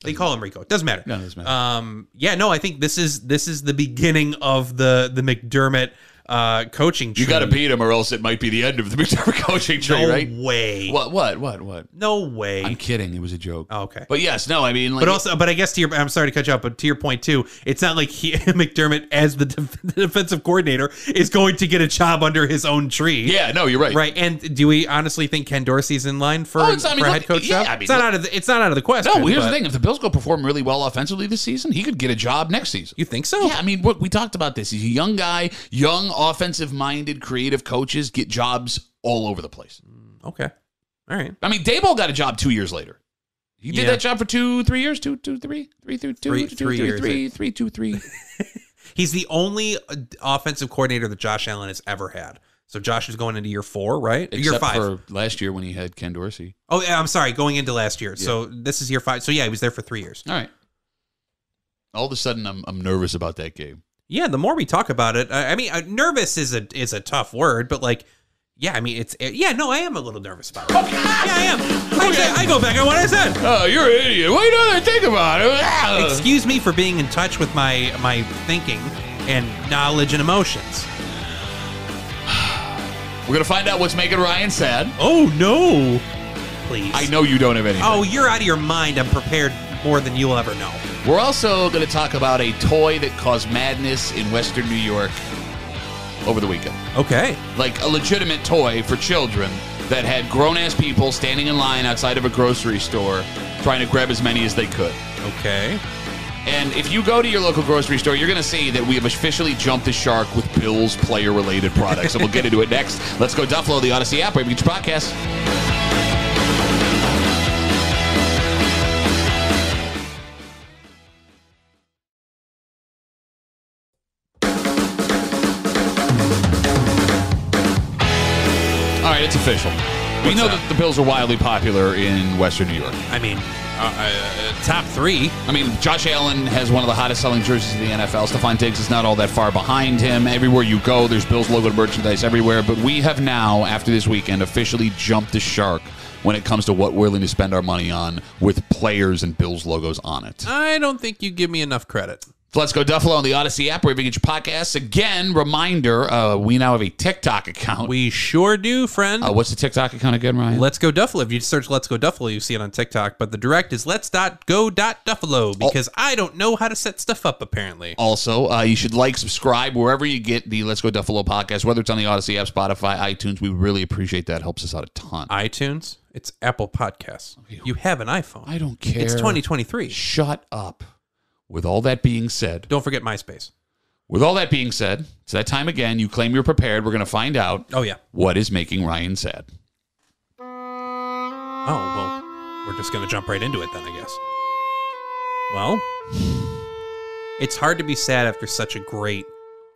B: They call him Rico. It doesn't matter.
A: No, it doesn't matter.
B: Um, yeah, no, I think this is this is the beginning of the the McDermott uh, coaching.
A: you
B: tree.
A: got to beat him, or else it might be the end of the McDermott coaching tree,
B: no
A: right?
B: way.
A: What? What? What? What?
B: No way.
A: I'm kidding. It was a joke.
B: oh, okay.
A: But yes, no. I mean, like,
B: But also, but I guess to your, I'm sorry to cut you off, but to your point too, it's not like he, McDermott as the, def- the defensive coordinator is going to get a job under his own tree.
A: yeah, no, you're right.
B: Right. And do we honestly think Ken Dorsey's in line for,
A: Oh, it's- I mean,
B: for a
A: look,
B: head coach
A: yeah,
B: job?
A: I mean,
B: it's not
A: look-
B: out of the, it's not out of the question.
A: No, here's
B: but-
A: the thing: if the Bills go perform really well offensively this season, he could get a job next season.
B: You think so?
A: Yeah, I mean, what we talked about this. He's a young guy, young, offensive-minded, creative coaches get jobs all over the place.
B: Okay. All right.
A: I mean, Dayball got a job two years later. He did
B: Yeah.
A: that job for two, three years, two, two, three, three, two, two,
B: Three-
A: two,
B: three
A: three,
B: years,
A: three, three, two, three.
B: He's the only uh, offensive coordinator that Josh Allen has ever had. So Josh is going into year four, right? year
A: Except
B: five.
A: for last year when he had Ken Dorsey.
B: oh, yeah, I'm sorry. Going into last year. So this is year five. So yeah, he was there for three years.
A: All right. All of a sudden, I'm I'm nervous about that game.
B: Yeah, the more we talk about it, I, I mean, uh, nervous is a is a tough word, but like, yeah, I mean, it's uh, yeah, no, I am a little nervous about it. Yeah, I am. I, I, go back on what I said.
A: Oh, you're an idiot. What do you know think about it? Ah.
B: Excuse me for being in touch with my my thinking and knowledge and emotions.
A: We're gonna find out what's making Ryan sad.
B: Oh no, please.
A: I know you don't have any.
B: Oh, you're out of your mind. I'm prepared more than you'll ever know.
A: We're also going to talk about a toy that caused madness in Western New York over the weekend.
B: Okay.
A: Like a legitimate toy for children that had grown ass people standing in line outside of a grocery store trying to grab as many as they could.
B: Okay.
A: And if you go to your local grocery store, you're going to see that we have officially jumped the shark with Bills player related products. and we'll get into it next. Let's go Duffalo, the Odyssey app, where you get your podcast. All right, it's official. We
B: What's
A: know
B: that?
A: that the Bills are wildly popular in Western New York.
B: I mean, uh, uh, top three.
A: I mean, Josh Allen has one of the hottest selling jerseys in the NFL. Stephon Diggs is not all that far behind him. Everywhere you go, there's Bills logo merchandise everywhere. But we have now, after this weekend, officially jumped the shark when it comes to what we're willing to spend our money on with players and Bills logos on it.
B: I don't think you give me enough credit.
A: So Let's go Duffalo on the Odyssey app, where you can get your podcasts. Again, reminder, uh, we now have a TikTok account.
B: We sure do, friend.
A: uh, what's the TikTok account again, Ryan?
B: Let's Go Duffalo. If you search Let's Go Duffalo, you see it on TikTok. But the direct is
A: Oh.
B: let's.go.duffalo because I don't know how to set stuff up, apparently.
A: Also, uh, you should like, subscribe wherever you get the Let's Go Duffalo podcast, whether it's on the Odyssey app, Spotify, iTunes. We really appreciate that. Helps us out a ton.
B: iTunes, it's Apple Podcasts. You have an iPhone.
A: I don't care.
B: It's 2023.
A: Shut up. With all that being said,
B: Don't forget MySpace.
A: with all that being said, it's that time again. You claim you're prepared. We're going to find out
B: Oh, yeah.
A: what is making Ryan sad.
B: Oh, well, we're just going to jump right into it then, I guess. Well, it's hard to be sad after such a great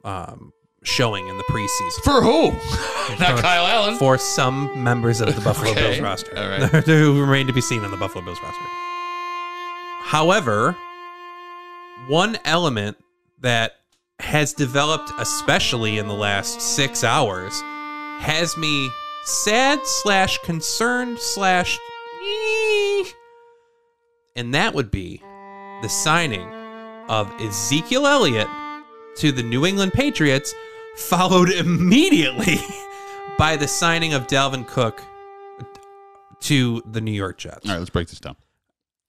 B: um, showing in the preseason.
A: For who? Not Kyle Allen.
B: for some members of the Buffalo
A: Okay.
B: Bills roster
A: All right.
B: who remain to be seen on the Buffalo Bills roster. However, one element that has developed, especially in the last six hours, has me sad slash concerned slash, eee. and that would be the signing of Ezekiel Elliott to the New England Patriots, followed immediately by the signing of Dalvin Cook to the New York Jets.
A: all right, let's break this down.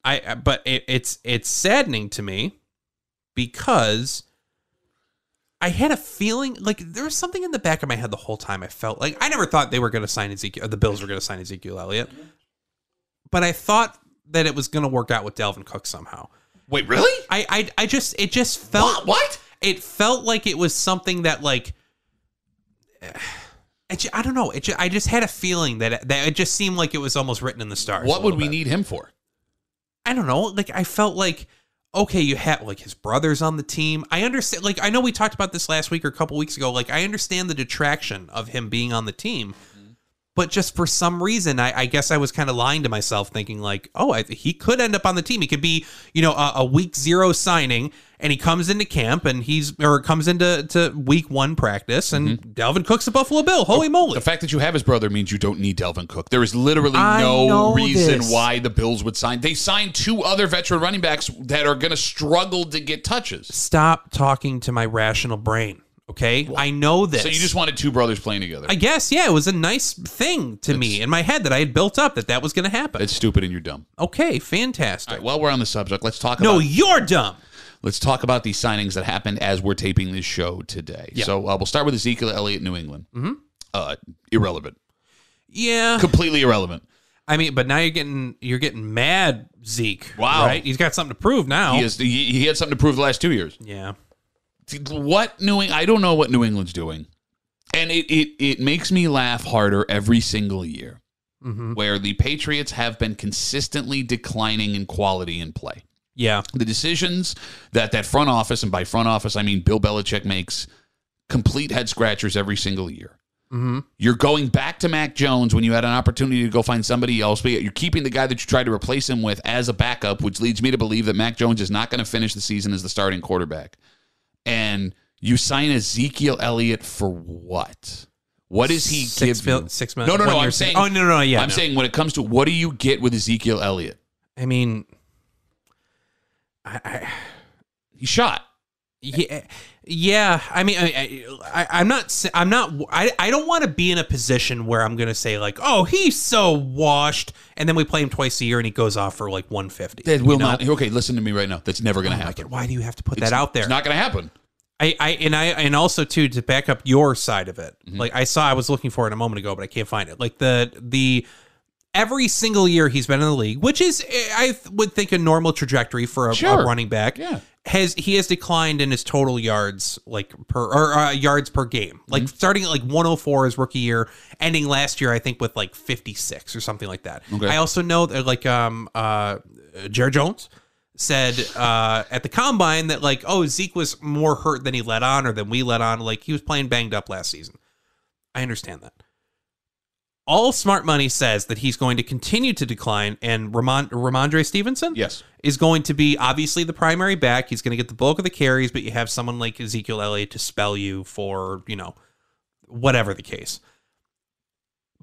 B: I I- but it, it's it's saddening to me because I had a feeling like there was something in the back of my head the whole time. I felt like I never thought they were going to sign Ezekiel. The Bills were going to sign Ezekiel Elliott, but I thought that it was going to work out with Dalvin Cook somehow.
A: Wait, really?
B: I I, I just it just felt
A: What? What?
B: it felt like it was something that like it ju- I don't know. It ju- I just had a feeling that it, that it just seemed like it was almost written in the stars.
A: What
B: a
A: would
B: little
A: we
B: bit.
A: need him for?
B: I don't know. Like I felt like okay, you had like his brothers on the team. I understand. Like I know we talked about this last week or a couple weeks ago. Like I understand the detraction of him being on the team, but just for some reason, I, I guess I was kind of lying to myself, thinking like, oh, I, he could end up on the team. He could be you know a, a week zero signing, and he comes into camp and he's or comes into to week one practice, and Dalvin Cook's a Buffalo Bill. Holy moly!
A: Mm-hmm. Oh, The fact that you have his brother means you don't need Delvin Cook. There is literally
B: I
A: no
B: know
A: reason
B: this.
A: why the Bills would sign. They signed two other veteran running backs that are going to struggle to get touches.
B: Stop talking to my rational brain. Okay, I know this.
A: So you just wanted two brothers playing together.
B: I guess, yeah, it was a nice thing to me in my head that I had built up that that was going to happen.
A: That's stupid and you're dumb.
B: Okay, fantastic.
A: All right, while we're on the subject, let's talk
B: no,
A: about
B: you're dumb.
A: let's talk about these signings that happened as we're taping this show today. So uh, we'll start with Ezekiel Elliott, New England. Mm-hmm. Uh, irrelevant,
B: Yeah,
A: completely irrelevant.
B: I mean, but now you're getting you're getting mad, Zeke.
A: Wow.
B: right? He's got something to prove now.
A: He, is, he, he had something to prove the last two years.
B: yeah,
A: what New England, I don't know what New England's doing. And it, it, it makes me laugh harder every single year where the Patriots have been consistently declining in quality in play.
B: yeah,
A: The decisions that that front office, and by front office, I mean Bill Belichick makes complete head scratchers every single year. You're going back to Mac Jones when you had an opportunity to go find somebody else, but yet you're keeping the guy that you tried to replace him with as a backup, which leads me to believe that Mac Jones is not going to finish the season as the starting quarterback. And you sign Ezekiel Elliott for what? What does he
B: Six
A: give
B: mil-
A: you?
B: six mil-
A: no, no,
B: one
A: no.
B: year
A: I'm
B: six-
A: saying.
B: Oh, no, no, no, yeah,
A: I'm
B: no.
A: saying when it comes to what do you get with Ezekiel Elliott?
B: I mean, I, I
A: He shot.
B: yeah, yeah. I mean, I, I, I'm not, s- I'm not, I, I don't want to be in a position where I'm going to say like, oh, he's so washed, and then we play him twice a year and he goes off for like 150.
A: That will
B: you know? Oh
A: not. Okay, listen to me right now. That's never going to
B: Like,
A: happen.
B: why do you have to put that out there?
A: It's not going to happen.
B: I, I and I and also too to back up your side of it.
A: Mm-hmm.
B: Like I saw, I was looking for it a moment ago, but I can't find it. Like the the every single year he's been in the league, which is eh, I th- would think a normal trajectory for a, a
A: Sure.
B: running back.
A: Yeah.
B: Has he has declined in his total yards like per or uh, yards per game? Like starting at like 104 his rookie year, ending last year I think with like 56 or something like that.
A: Okay.
B: I also know that like um uh Jared Jones said uh, at the combine that like oh Zeke was more hurt than he let on or than we let on like he was playing banged up last season. I understand that. All smart money says that he's going to continue to decline, and Ramon, Ramondre Stevenson
A: Yes.
B: is going to be obviously the primary back. He's going to get the bulk of the carries, but you have someone like Ezekiel Elliott to spell you for you know whatever the case.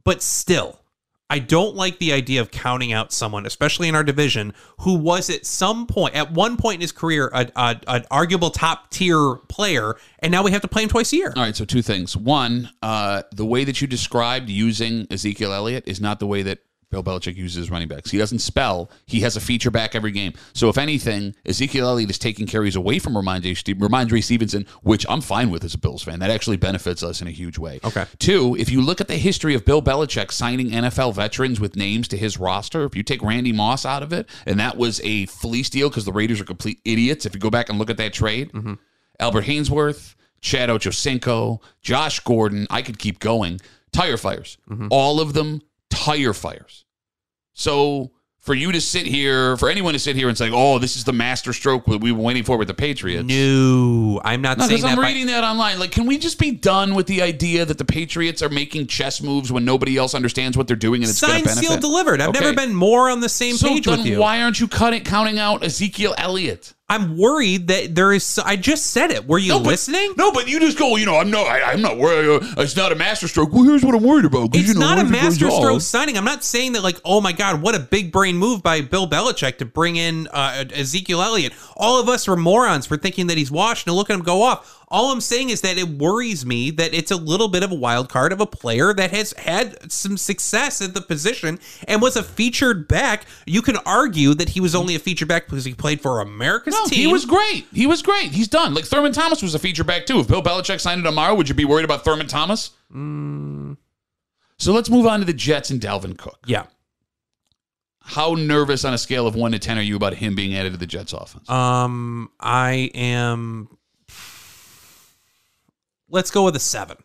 B: But still, I don't like the idea of counting out someone, especially in our division, who was at some point, at one point in his career, a, a, an arguable top tier player, and now we have to play him twice a year.
A: All right, so two things. One, uh, the way that you described using Ezekiel Elliott is not the way that Bill Belichick uses running backs. He doesn't spell. He has a feature back every game. So if anything, Ezekiel Elliott is taking carries away from Ramondre, Ste- Ramondre Stevenson, which I'm fine with as a Bills fan. That actually benefits us in a huge way.
B: Okay.
A: Two, if you look at the history of Bill Belichick signing NFL veterans with names to his roster, if you take Randy Moss out of it, and that was a fleece deal because the Raiders are complete idiots. If you go back and look at that trade, Albert Hainsworth, Chad Ochocinco, Josh Gordon, I could keep going. Tire fires.
B: Mm-hmm.
A: All of them tire fires. So for you to sit here, for anyone to sit here and say, oh, this is the master stroke that we've been waiting for with the Patriots.
B: No, I'm not
A: No,
B: saying
A: because
B: that.
A: I'm
B: by-
A: reading that online. Like, can we just be done with the idea that the Patriots are making chess moves when nobody else understands what they're doing and it's going to
B: Signed,
A: benefit?
B: sealed, delivered. I've
A: Okay.
B: never been more on the same
A: so
B: page
A: then
B: with you.
A: why aren't you cutting, counting out Ezekiel Elliott?
B: I'm worried that there is. I just said it. Were you
A: but-
B: listening?
A: No, but you just go. You know, I'm not. I, I'm not worried. uh, It's not a masterstroke. Well, here's what I'm worried about. 'cause,
B: It's
A: you know,
B: not a
A: what if it goes
B: master stroke
A: off?
B: signing. I'm not saying that like, oh my god, what a big brain move by Bill Belichick to bring in uh, Ezekiel Elliott. All of us were morons for thinking that he's washed and look at him go off. All I'm saying is that it worries me that it's a little bit of a wild card of a player that has had some success at the position and was a featured back. You can argue that he was only a featured back because he played for America's
A: No,
B: team.
A: he was great. He was great. He's done. Like Thurman Thomas was a feature back too. If Bill Belichick signed him tomorrow, would you be worried about Thurman Thomas? So let's move on to the Jets and Dalvin Cook.
B: yeah.
A: How nervous on a scale of one to ten are you about him being added to the Jets offense?
B: Um, I Um, am Let's go with a seven.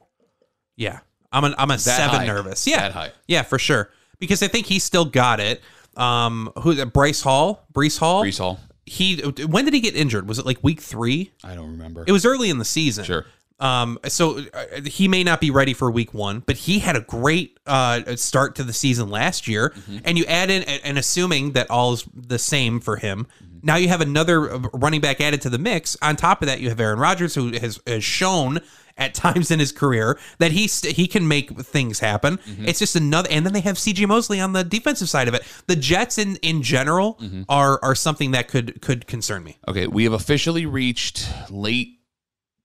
B: Yeah, I'm an, I'm a seven
A: high.
B: nervous. Yeah,
A: That high.
B: yeah, for sure. Because I think he still got it. Um, who? Bryce Hall. Bryce Hall.
A: Brees Hall.
B: He. When did he get injured? Was it like week three?
A: I don't remember.
B: It was early in the season.
A: Sure.
B: Um, so uh, he may not be ready for week one, but he had a great uh, start to the season last year. And you add in, and assuming that all is the same for him, now you have another uh, running back added to the mix. On top of that, you have Aaron Rodgers, who has, has shown at times in his career that he st- he can make things happen. It's just another, and then they have C.J. Mosley on the defensive side of it. The Jets in in general are are something that could could concern me.
A: Okay, we have officially reached late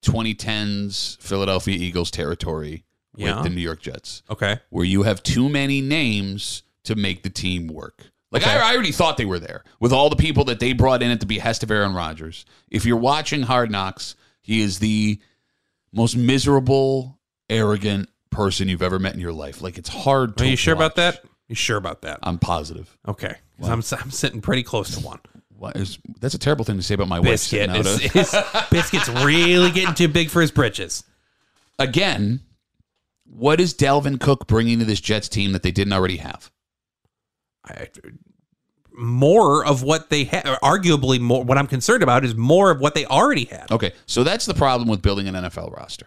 A: 2010s Philadelphia Eagles territory
B: Yeah.
A: with the New York Jets,
B: Okay.
A: where you have too many names to make the team work. Like
B: Okay.
A: I, I already thought they were there with all the people that they brought in at the behest of Aaron Rodgers. If you're watching Hard Knocks, he is the most miserable, arrogant person you've ever met in your life. Like it's hard. to
B: Are you sure about
A: watch.
B: that? You sure about that?
A: I'm positive.
B: Okay, 'Cause I'm I'm sitting pretty close to one.
A: Why is, that's a terrible thing to say about my wife.
B: Biscuit
A: sitting out
B: is,
A: of-
B: is- biscuit's really getting too big for his britches.
A: again, what is Dalvin Cook bringing to this Jets team that they didn't already have?
B: I, more of what they had, arguably more. What I'm concerned about is more of what they already had.
A: Okay, so that's the problem with building an NFL roster.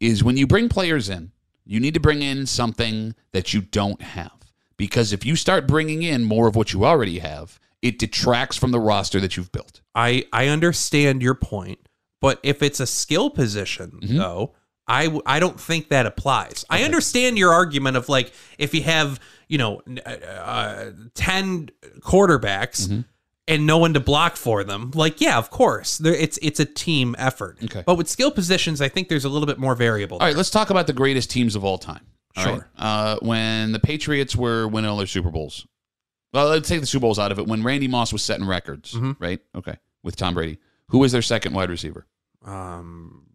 A: Is when you bring players in, you need to bring in something that you don't have. Because if you start bringing in more of what you already have, it detracts from the roster that you've built.
B: I I understand your point, but if it's a skill position
A: Mm-hmm.
B: though, I w- I don't think that applies. I understand your argument of like if you have you know n- uh, uh, ten quarterbacks.
A: Mm-hmm.
B: And no one to block for them. Like, yeah, of course. There, it's it's a team effort.
A: Okay.
B: But with skill positions, I think there's a little bit more variable.
A: All right, let's talk about the greatest teams of all time. All right?
B: Sure.
A: Uh, when the Patriots were winning all their Super Bowls, well, let's take the Super Bowls out of it. When Randy Moss was setting records, right? Okay, with Tom Brady, who was their second wide receiver?
B: Um,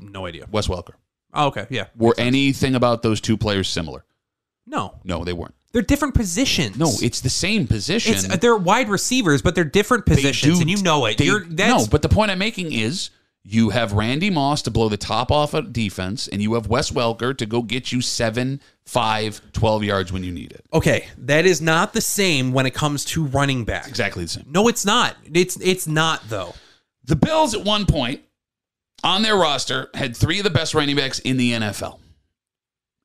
B: no idea.
A: Wes Welker.
B: Oh, okay, yeah.
A: Were anything about those two players similar?
B: No,
A: No, they weren't.
B: they're different positions.
A: No, it's the same position.
B: it's they're wide receivers, but they're different
A: They
B: positions,
A: do-
B: and you know it.
A: they-
B: You're that's
A: no, but the point I'm making is you have Randy Moss to blow the top off of defense, and you have Wes Welker to go get you seven, five, 12 yards when you need it.
B: okay. That is not the same when it comes to running backs.
A: Exactly the same.
B: No, it's not. It's it's not though.
A: The Bills at one point on their roster had three of the best running backs in the NFL,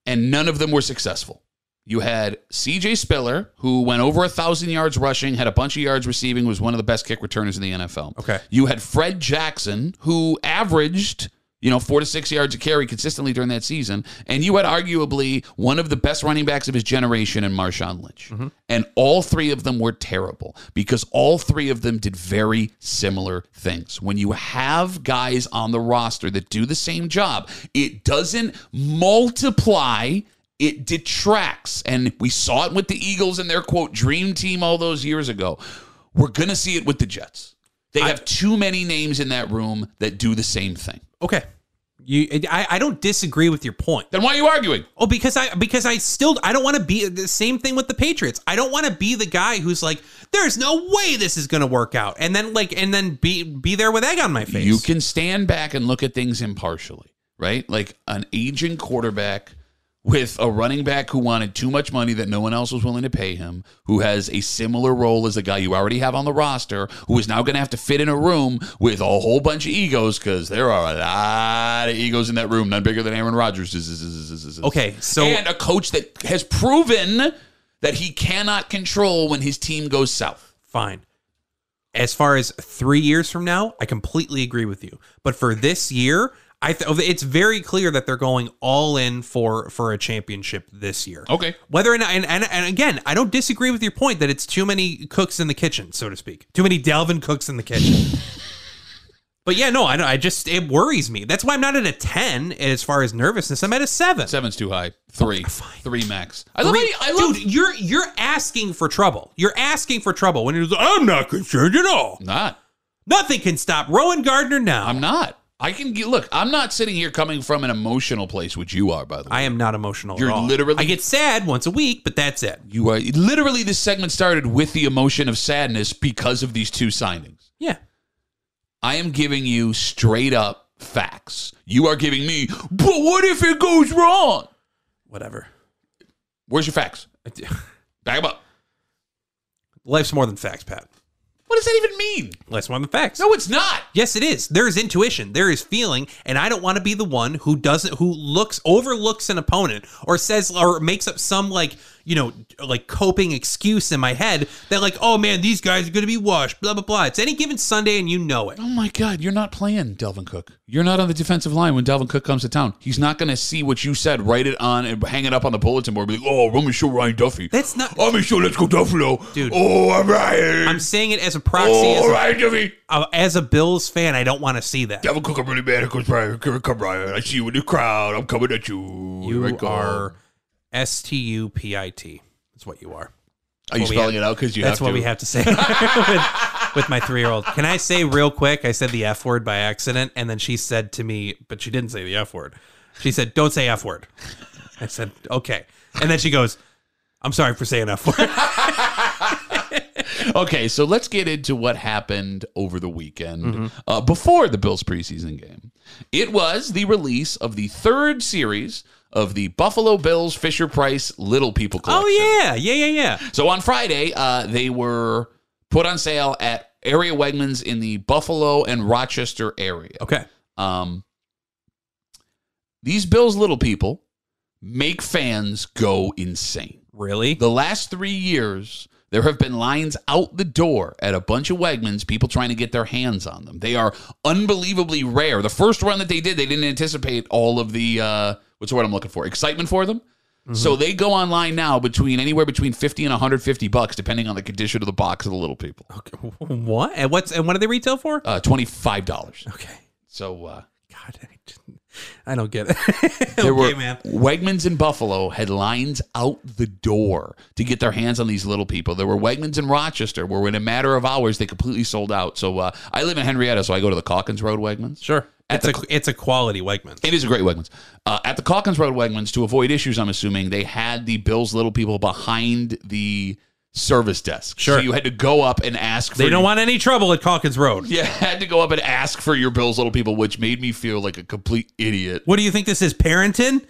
A: and none of them were successful. You had CJ Spiller, who went over a thousand yards rushing, had a bunch of yards receiving, was one of the best kick returners in the NFL.
B: Okay.
A: You had Fred Jackson, who averaged, you know, four to six yards a carry consistently during that season. And you had arguably one of the best running backs of his generation in Marshawn Lynch. And all three of them were terrible because all three of them did very similar things. When you have guys on the roster that do the same job, it doesn't multiply. It detracts. And we saw it with the Eagles and their quote dream team all those years ago. We're going to see it with the Jets. They have too many names in that room that do the same thing.
B: Okay, you I, I don't disagree with your point.
A: Then why are you arguing?
B: Oh, because I because I still I don't want to be the same thing with the Patriots. I don't want to be the guy who's like, there's no way this is going to work out, and then like and then be be there with egg on my face.
A: You can stand back and look at things impartially, right? Like an aging quarterback with a running back who wanted too much money that no one else was willing to pay him, who has a similar role as the guy you already have on the roster, who is now going to have to fit in a room with a whole bunch of egos because there are a lot of egos in that room, none bigger than Aaron Rodgers.
B: Okay, so
A: and a coach that has proven that he cannot control when his team goes south.
B: fine. As far as three years from now, I completely agree with you. But for this year, I th- it's very clear that they're going all in for for a championship this year.
A: Okay.
B: Whether or not, and, and, and again, I don't disagree with your point that it's too many cooks in the kitchen, so to speak. Too many Delvin cooks in the kitchen. but yeah, no, I, don't- I just, it worries me. That's why I'm not at a 10 as far as nervousness. I'm at a 7.
A: Seven's too high. Three. Three max. I love,
B: Three-
A: how you- I love
B: Dude, you're you're asking for trouble. You're asking for trouble when you're like, I'm not concerned at all.
A: not.
B: Nothing can stop Rowan Gardner now. I'm,
A: I'm not. I can get, look, I'm not sitting here coming from an emotional place, which you are, by the way.
B: not emotional. at
A: You're
B: all.
A: literally-
B: I get sad once a week, but that's it.
A: you are literally this segment started with the emotion of sadness because of these two signings.
B: Yeah.
A: I am giving you straight up facts. You are giving me, but what if it goes wrong?
B: Whatever.
A: Where's your facts? Back 'em up.
B: Life's more than facts, Pat.
A: What does that even mean?
B: Life's more than facts.
A: No, it's not.
B: Yes, it is. There is intuition. There is feeling, and I don't want to be the one who doesn't, who looks overlooks an opponent or says or makes up some like you know like coping excuse in my head that like oh man these guys are going to be washed blah blah blah. It's any given Sunday, and you know it.
A: Oh my God, you're not playing Delvin Cook. You're not on the defensive line when Delvin Cook comes to town. He's not going to see what you said, write it on, and hang it up on the bulletin board. Be like, oh, I'm going to show Ryan Duffy.
B: That's not-
A: I'm going to show Let's Go Duffalo.
B: Dude.
A: Oh, I'm Ryan.
B: I'm saying it as a proxy as,
A: oh,
B: a,
A: Ryan Duffy.
B: uh, as a Bills fan. I don't want to see that.
A: Devin Cook, I'm really mad at Coach Ryan. Come, come, Ryan. I see you in the crowd. I'm coming at you.
B: You
A: Here I go.
B: are S T U P I T. That's what you are.
A: Are you
B: we
A: spelling it out because you
B: That's
A: have
B: what
A: to?
B: we have to say with, with my three year old. Can I say real quick? I said the F word by accident, and then she said to me, but she didn't say the F word. She said, Don't say F word. I said, Okay. And then she goes, I'm sorry for saying F word.
A: Okay, so let's get into what happened over the weekend
B: Mm-hmm.
A: uh, before the Bills preseason game. It was the release of the third series of the Buffalo Bills Fisher Price Little People Collection.
B: oh, yeah. Yeah, yeah, yeah.
A: So on Friday, uh, they were put on sale at area Wegmans in the Buffalo and Rochester area.
B: Okay.
A: Um, these Bills Little People make fans go insane.
B: Really?
A: The last three years, there have been lines out the door at a bunch of Wegmans, people trying to get their hands on them. They are unbelievably rare. The first run that they did, they didn't anticipate all of the, uh, what's the word I'm looking for? Excitement for them. So they go online now between anywhere between 50 and 150 bucks, depending on the condition of the box of the little people.
B: Okay. What? And what's and what do they retail for?
A: Uh, $25.
B: Okay.
A: So uh,
B: God, I, just, I don't get it. okay,
A: there were
B: man.
A: Wegmans in Buffalo had lines out the door to get their hands on these little people. There were Wegmans in Rochester where in a matter of hours they completely sold out. So uh, I live in Henrietta, so I go to the Calkins Road Wegmans.
B: Sure. It's a it's a quality Wegmans.
A: It is a great Wegmans. Uh, at the Calkins Road Wegmans, to avoid issues, I'm assuming they had the Bills little people behind the service desk.
B: Sure.
A: so you had to go up and ask. For
B: They don't want any trouble at Calkins Road.
A: Yeah, had to go up and ask for your Bills little people, which made me feel like a complete idiot.
B: What do you think this is, parenting?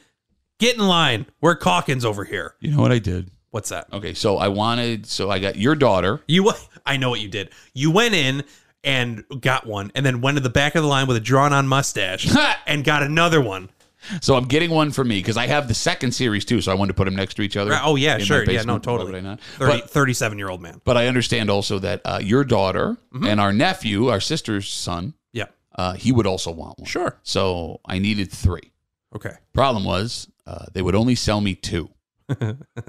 B: Get in line. We're Calkins over here.
A: You know what I did?
B: What's that?
A: Okay, so I wanted, so I got your daughter.
B: You, I know what you did. You went in and got one, and then went to the back of the line with a drawn-on mustache and got another one.
A: So I'm getting one for me because I have the second series too. So I wanted to put them next to each other.
B: Right, oh, yeah,
A: in my
B: sure, yeah, no,
A: basement. Why
B: totally.
A: would I not?
B: 30,
A: But,
B: 37-year-old man.
A: but I understand also that uh, your daughter
B: Mm-hmm.
A: and our nephew, our sister's son,
B: Yeah.
A: uh, he would also want one.
B: Sure.
A: So I needed three.
B: Okay.
A: Problem was uh, they would only sell me two.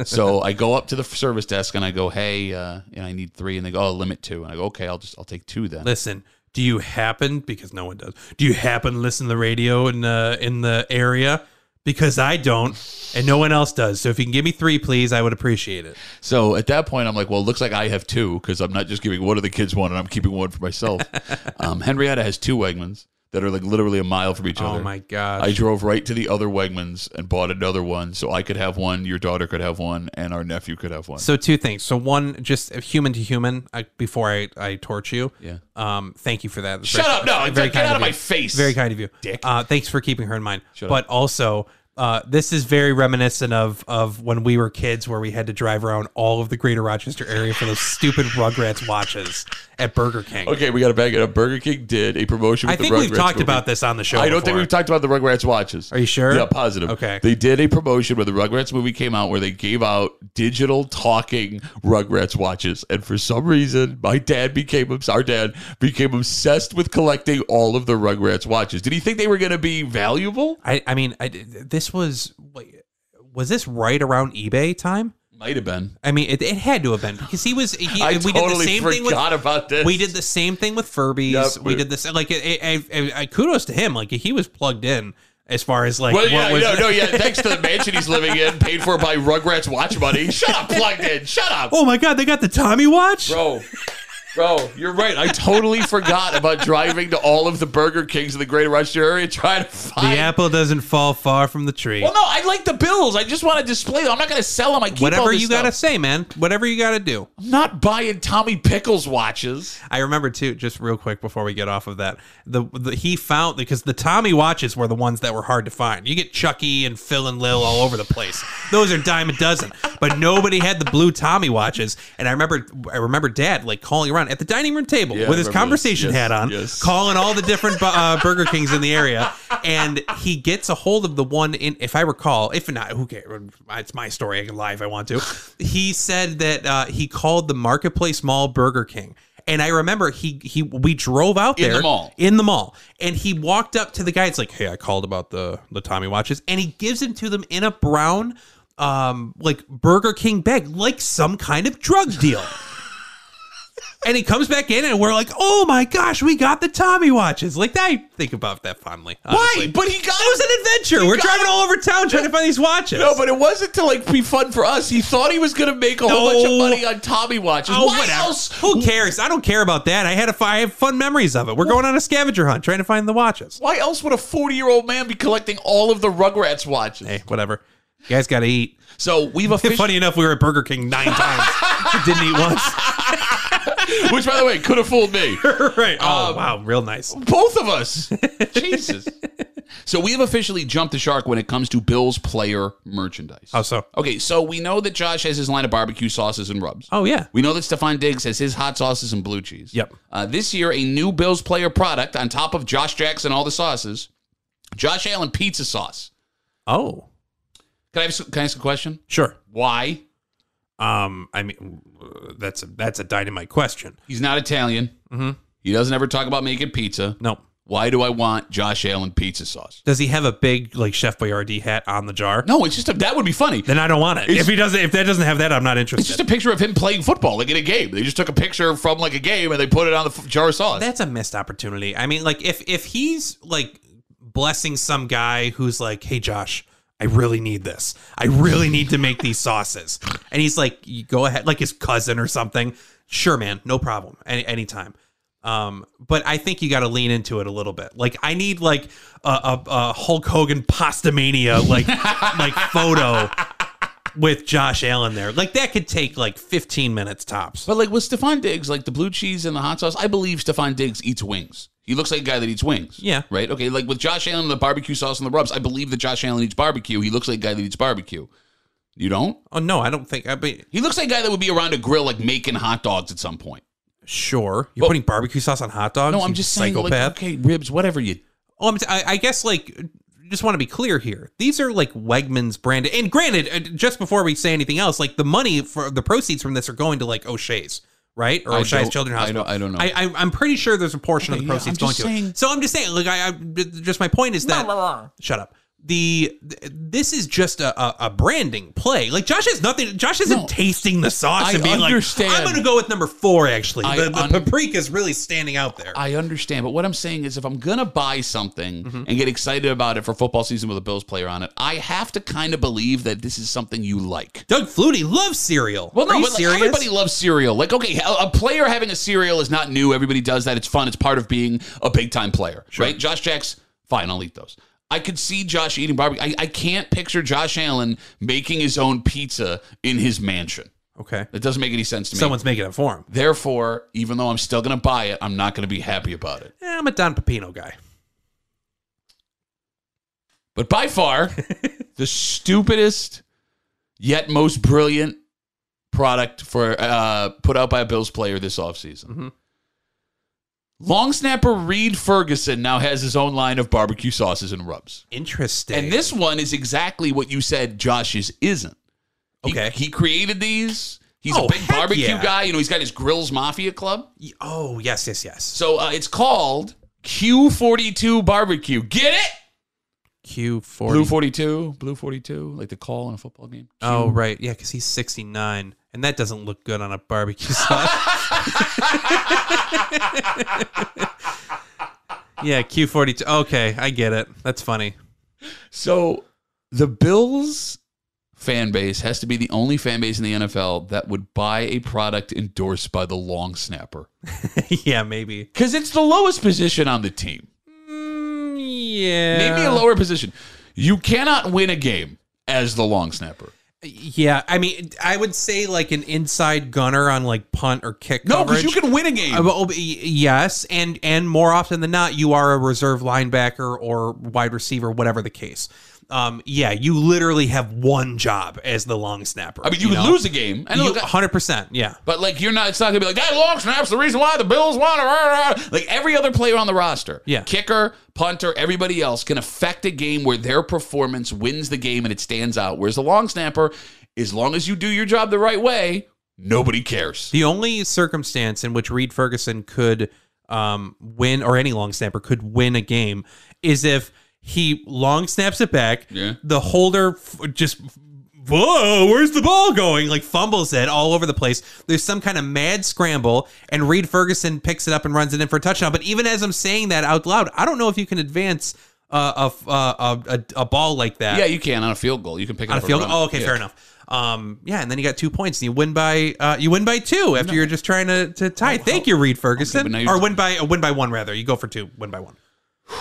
A: so I go up to the service desk and I go, "Hey, uh, and I need three. And they go, "Oh, limit two. And I go, "Okay, I'll just I'll take two then."
B: Listen, do you happen because no one does? Do you happen to listen to the radio in the in the area? Because I don't, and no one else does. So if you can give me three, please, I would appreciate it.
A: So at that point, I'm like, well, it looks like I have two because I'm not just giving one of the kids one and I'm keeping one for myself. um, Henrietta has two Wegmans that are like literally a mile from each
B: Oh
A: other.
B: my gosh.
A: I drove right to the other Wegmans and bought another one so I could have one, your daughter could have one, and our nephew could have one.
B: So two things. So one, just human to human. I, before I I torch you.
A: Yeah.
B: Um. Thank you for that. That's
A: Shut
B: very-
A: up. No,
B: very
A: get
B: kind
A: out of
B: you.
A: my face.
B: Very kind of you,
A: Dick.
B: Uh, thanks for keeping her in mind.
A: Shut
B: but also. Uh, this is very reminiscent of of when we were kids, where we had to drive around all of the greater Rochester area for those stupid Rugrats watches at Burger King.
A: okay, we got to back it up. Burger King did a promotion with
B: I
A: the
B: think we've
A: Rugrats
B: talked
A: movie.
B: about this on the show.
A: I don't think
B: before.
A: we've talked about the Rugrats watches.
B: Are you sure?
A: Yeah, positive.
B: Okay.
A: They did a promotion where the Rugrats movie came out where they gave out digital talking Rugrats watches. And for some reason, my dad became, obs- our dad became obsessed with collecting all of the Rugrats watches. Did he think they were going to be valuable?
B: I I mean, I, this was wait, was this right around eBay time?
A: Might have been.
B: I mean, it, it had to have been because he was. He,
A: I
B: we
A: totally
B: did the same thing with
A: forgot about this.
B: We did the same thing with Furbies.
A: Yep.
B: we did this like it, it, it- it- kudos to him. Like he was plugged in as far as like
A: Well,
B: what
A: yeah,
B: was
A: no, no, yeah. Thanks to the mansion he's living in, paid for by Rugrats watch money. Shut up, plugged in. Shut up,
B: Oh my god, they got the Tommy watch.
A: bro. Bro, you're right. I totally forgot about driving to all of the Burger Kings in the greater Rochester area trying to
B: The
A: find.
B: apple doesn't fall far from the tree.
A: Well, no, I like the bills. I just want to display them. I'm not going to sell them. I keep all
B: Whatever
A: this
B: you got to
A: stuff.
B: say, man. Whatever you got to do.
A: I'm not buying Tommy Pickles watches.
B: I remember too, just real quick before we get off of that, the, the he found because the Tommy watches were the ones that were hard to find. You get Chucky and Phil and Lil all over the place; those are dime a dozen. But nobody had the blue Tommy watches, and I remember I remember Dad like calling around at the dining room table
A: Yeah, I
B: with his
A: remember
B: conversation
A: this. Yes,
B: hat on,
A: yes.
B: calling all the different bu- uh, Burger Kings in the area, and he gets a hold of the one in. If I recall, if not, who cares? It's my story. I can lie if I want to. He said that uh, he called the Marketplace Mall Burger King. And I remember he he we drove out
A: In
B: there
A: the mall.
B: in the mall, and he walked up to the guy. It's like, hey, I called about the the Tommy watches, and he gives them to them in a brown, um, like Burger King bag, like some kind of drug deal. and he comes back in, and we're like, oh my gosh, we got the Tommy watches. Like I think about that fondly. honestly.
A: Why? But he got
B: It was an adventure. We're
A: got
B: driving all over town trying to find these watches.
A: No, but it wasn't to like be fun for us. He thought he was going to make a whole bunch of
B: No.
A: money on Tommy watches.
B: Oh,
A: Why
B: whatever.
A: else?
B: Who cares? I don't care about that. I had a fi- I have fun memories of it. We're going on a scavenger hunt trying to find the watches.
A: Why else would a 40 year old man be collecting all of the Rugrats watches?
B: Hey, whatever. You guys got to eat.
A: So we've officially,
B: Funny enough, we were at Burger King nine times. Didn't eat once.
A: which by the way, could have fooled me.
B: right.
A: Um,
B: Oh, wow. Real nice.
A: Both of us. Jesus. So we have officially jumped the shark when it comes to Bill's player merchandise.
B: How Oh, so?
A: Okay, so we know that Josh has his line of barbecue sauces and rubs.
B: Oh, yeah.
A: We know that Stefan Diggs has his hot sauces and blue cheese.
B: Yep.
A: Uh, this year, a new Bills player product on top of Josh Jackson, all the sauces, Josh Allen pizza sauce.
B: Oh,
A: Can I, have, can I ask a question?
B: sure.
A: Why?
B: Um, I mean, uh, that's a that's a dynamite question.
A: He's not Italian. Mm-hmm. He doesn't ever talk about making pizza.
B: No.
A: Why do I want Josh Allen pizza sauce?
B: Does he have a big like Chef Boyardee hat on the jar?
A: No, it's just a, that would be funny.
B: Then I don't want it.
A: It's-
B: if he doesn't, if that doesn't have that, I'm not
A: It's
B: interested.
A: just a picture of him playing football, like in a game. They just took a picture from like a game and they put it on the f- jar of sauce.
B: That's a missed opportunity. I mean, like if if he's like blessing some guy who's like, "Hey Josh, I really need this. I really need to make these sauces." And he's like, "You go ahead," like his cousin or something. Sure, man, no problem. Any anytime. Um, but I think you got to lean into it a little bit. Like I need like a, a, a Hulk Hogan pasta mania like like photo with Josh Allen there. Like that could take like 15 minutes tops.
A: But like with Stefan Diggs, like the blue cheese and the hot sauce, I believe Stefan Diggs eats wings. He looks like a guy that eats wings.
B: Yeah.
A: Right? Okay, like with Josh Allen and the barbecue sauce and the rubs, I believe that Josh Allen eats barbecue. He looks like a guy that eats barbecue. You don't?
B: Oh no, I don't think I mean
A: He looks like a guy that would be around a grill like making hot dogs at some point.
B: Sure, you're putting barbecue sauce on hot dogs.
A: No,
B: you
A: I'm just saying
B: psychopath.
A: like okay, ribs, whatever you
B: oh, I'm t- I, I guess like just want to be clear here. These are like Wegmans branded. And granted, uh, just before we say anything else, like the money for the proceeds from this are going to like O'Shea's, right? Or
A: I
B: O'Shea's
A: don't-
B: Children's
A: I
B: Hospital.
A: don't- I don't know.
B: I, I, I'm pretty sure there's a portion of
A: Okay,
B: the
A: yeah,
B: proceeds
A: I'm
B: going
A: just
B: to.
A: saying-
B: So I'm just saying, like, I, I just my point is that. Shut up. The th- this is just a, a, a branding play. Like Josh has nothing. Josh isn't
A: No.
B: tasting the sauce
A: I
B: and being
A: understand.
B: like, "I'm going to go with number four." Actually,
A: I
B: the, the
A: un-
B: paprika is really standing out there.
A: I understand, but what I'm saying is if I'm gonna buy something and get excited about it for football season with a Bills player on it, I have to kind of believe that this is something you like.
B: Doug Flutie loves cereal.
A: Well, no,
B: Are you
A: but like,
B: serious?
A: everybody loves cereal. Like, okay, a a player having a cereal is not new. Everybody does that. It's fun. It's part of being a big time player, right? Josh Jacks, fine, I'll eat those. I could see Josh eating barbecue. I, I can't picture Josh Allen making his own pizza in his mansion.
B: okay,
A: That doesn't make any sense to me.
B: someone's making it for him.
A: Therefore, even though I'm still going to buy it, I'm not going to be happy about it.
B: Eh, I'm a Don Pepino guy.
A: But by far, the stupidest yet most brilliant product for uh, put out by a Bills player this offseason.
B: Mm-hmm.
A: Long snapper Reed Ferguson now has his own line of barbecue sauces and rubs.
B: Interesting.
A: And this one is exactly what you said Josh's isn't. He-
B: Okay.
A: He, created these. He's
B: Oh,
A: a big
B: heck
A: barbecue
B: yeah.
A: guy. You know, he's got his Grills Mafia Club.
B: Y- oh yes, yes, yes.
A: So uh, it's called Q42 Barbecue. Get it?
B: Q
A: Blue
B: forty.
A: 42, blue 42, like the call in a football game.
B: Oh right, yeah, because he's 69, and that doesn't look good on a barbecue sauce. yeah, Q42. Okay, I get it. That's funny.
A: So the Bills fan base has to be the only fan base in the NFL that would buy a product endorsed by the long snapper
B: yeah, maybe.
A: because it's the lowest position on the team.
B: Mm, yeah.
A: Maybe a lower position. You cannot win a game as the long snapper.
B: Yeah, I mean, I would say like an inside gunner on like punt or kick
A: No, because
B: coverage.
A: you can win a game.
B: Uh, well, y- yes, and and more often than not, you are a reserve linebacker or wide receiver, whatever the case. Um, yeah, you literally have one job as the long snapper.
A: I mean, you, could lose a game. And look,
B: hundred percent. Yeah,
A: But like you're not, it's not gonna be like that long snap's the reason why the Bills won. rah, rah." Like every other player on the roster,
B: Yeah.
A: kicker, punter, everybody else can affect a game where their performance wins the game and it stands out. Whereas the long snapper, as long as you do your job the right way, nobody cares.
B: the only circumstance in which Reed Ferguson could um, win or any long snapper could win a game is if he long snaps it back.
A: Yeah.
B: The holder f- just. Whoa, where's the ball going? Like fumbles it all over the place. There's some kind of mad scramble, and Reed Ferguson picks it up and runs it in for a touchdown. But even as I'm saying that out loud, I don't know if you can advance uh, a, a, a, a ball like that
A: Yeah, you can on a field goal. You can pick it
B: on a
A: up
B: field.
A: and run it.
B: Oh, okay,
A: Yeah.
B: fair enough. Um, yeah, and then you got two points, and you win by uh, you win by two after you're just trying to, to tie. Thank you, Reed
A: Oh, but
B: Ferguson,
A: now you're-
B: or win by uh, win by one rather. You go for two, win by one.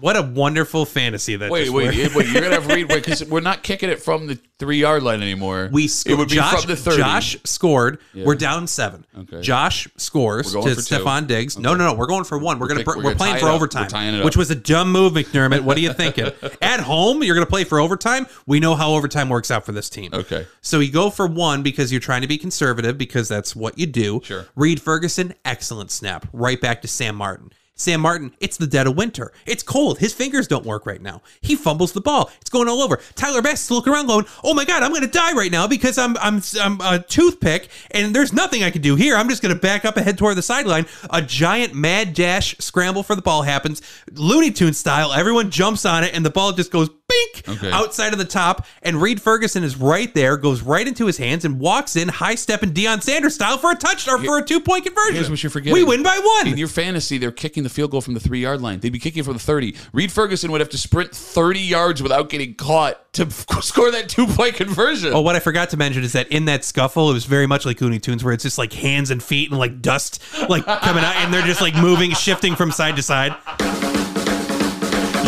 B: What a wonderful fantasy that.
A: Wait,
B: just
A: wait,
B: were.
A: wait, You're gonna have to read wait because we're not kicking it from the three yard line anymore.
B: We sco-
A: it would be
B: Josh,
A: from the thirty.
B: Josh scored. We're down seven.
A: Okay.
B: Josh scores
A: We're
B: to
A: going for two.
B: Stephon Diggs. No, no, no. We're going for one. We're, gonna
A: pick-
B: br-
A: we're
B: we're,
A: gonna
B: playing
A: tie
B: for
A: it up.
B: overtime,
A: We're tying it up.
B: which was a dumb move, McDermott. What are you thinking? At home, you're gonna play for overtime. We know how overtime works out for this team.
A: Okay.
B: So you go for one because you're trying to be conservative because that's what you do.
A: Sure.
B: Reed Ferguson, excellent snap. Right back to Sam Martin. Sam Martin, it's the dead of winter. It's cold. His fingers don't work right now. He fumbles the ball. It's going all over. Tyler Bass is looking around going, "Oh my god, I'm going to die right now because I'm I'm I'm a toothpick and there's nothing I can do here. I'm just going to back up and head toward the sideline." A giant mad dash scramble for the ball happens, Looney Tune style. Everyone jumps on it and the ball just goes bink
A: Okay.
B: out outside of the top, and Reed Ferguson is right there, goes right into his hands, and walks in high step and Deion Sanders style for a touchdown for a two point conversion.
A: Here's what you're forgetting.
B: We win by one.
A: In your fantasy, they're kicking the field goal from the three yard line. They'd be kicking from the 30. Reed Ferguson would have to sprint 30 yards without getting caught to f- score that two point conversion.
B: Oh, what I forgot to mention is that in that scuffle, it was very much like Looney Tunes, where it's just like hands and feet and like dust like coming out, and they're just like moving, shifting from side to side.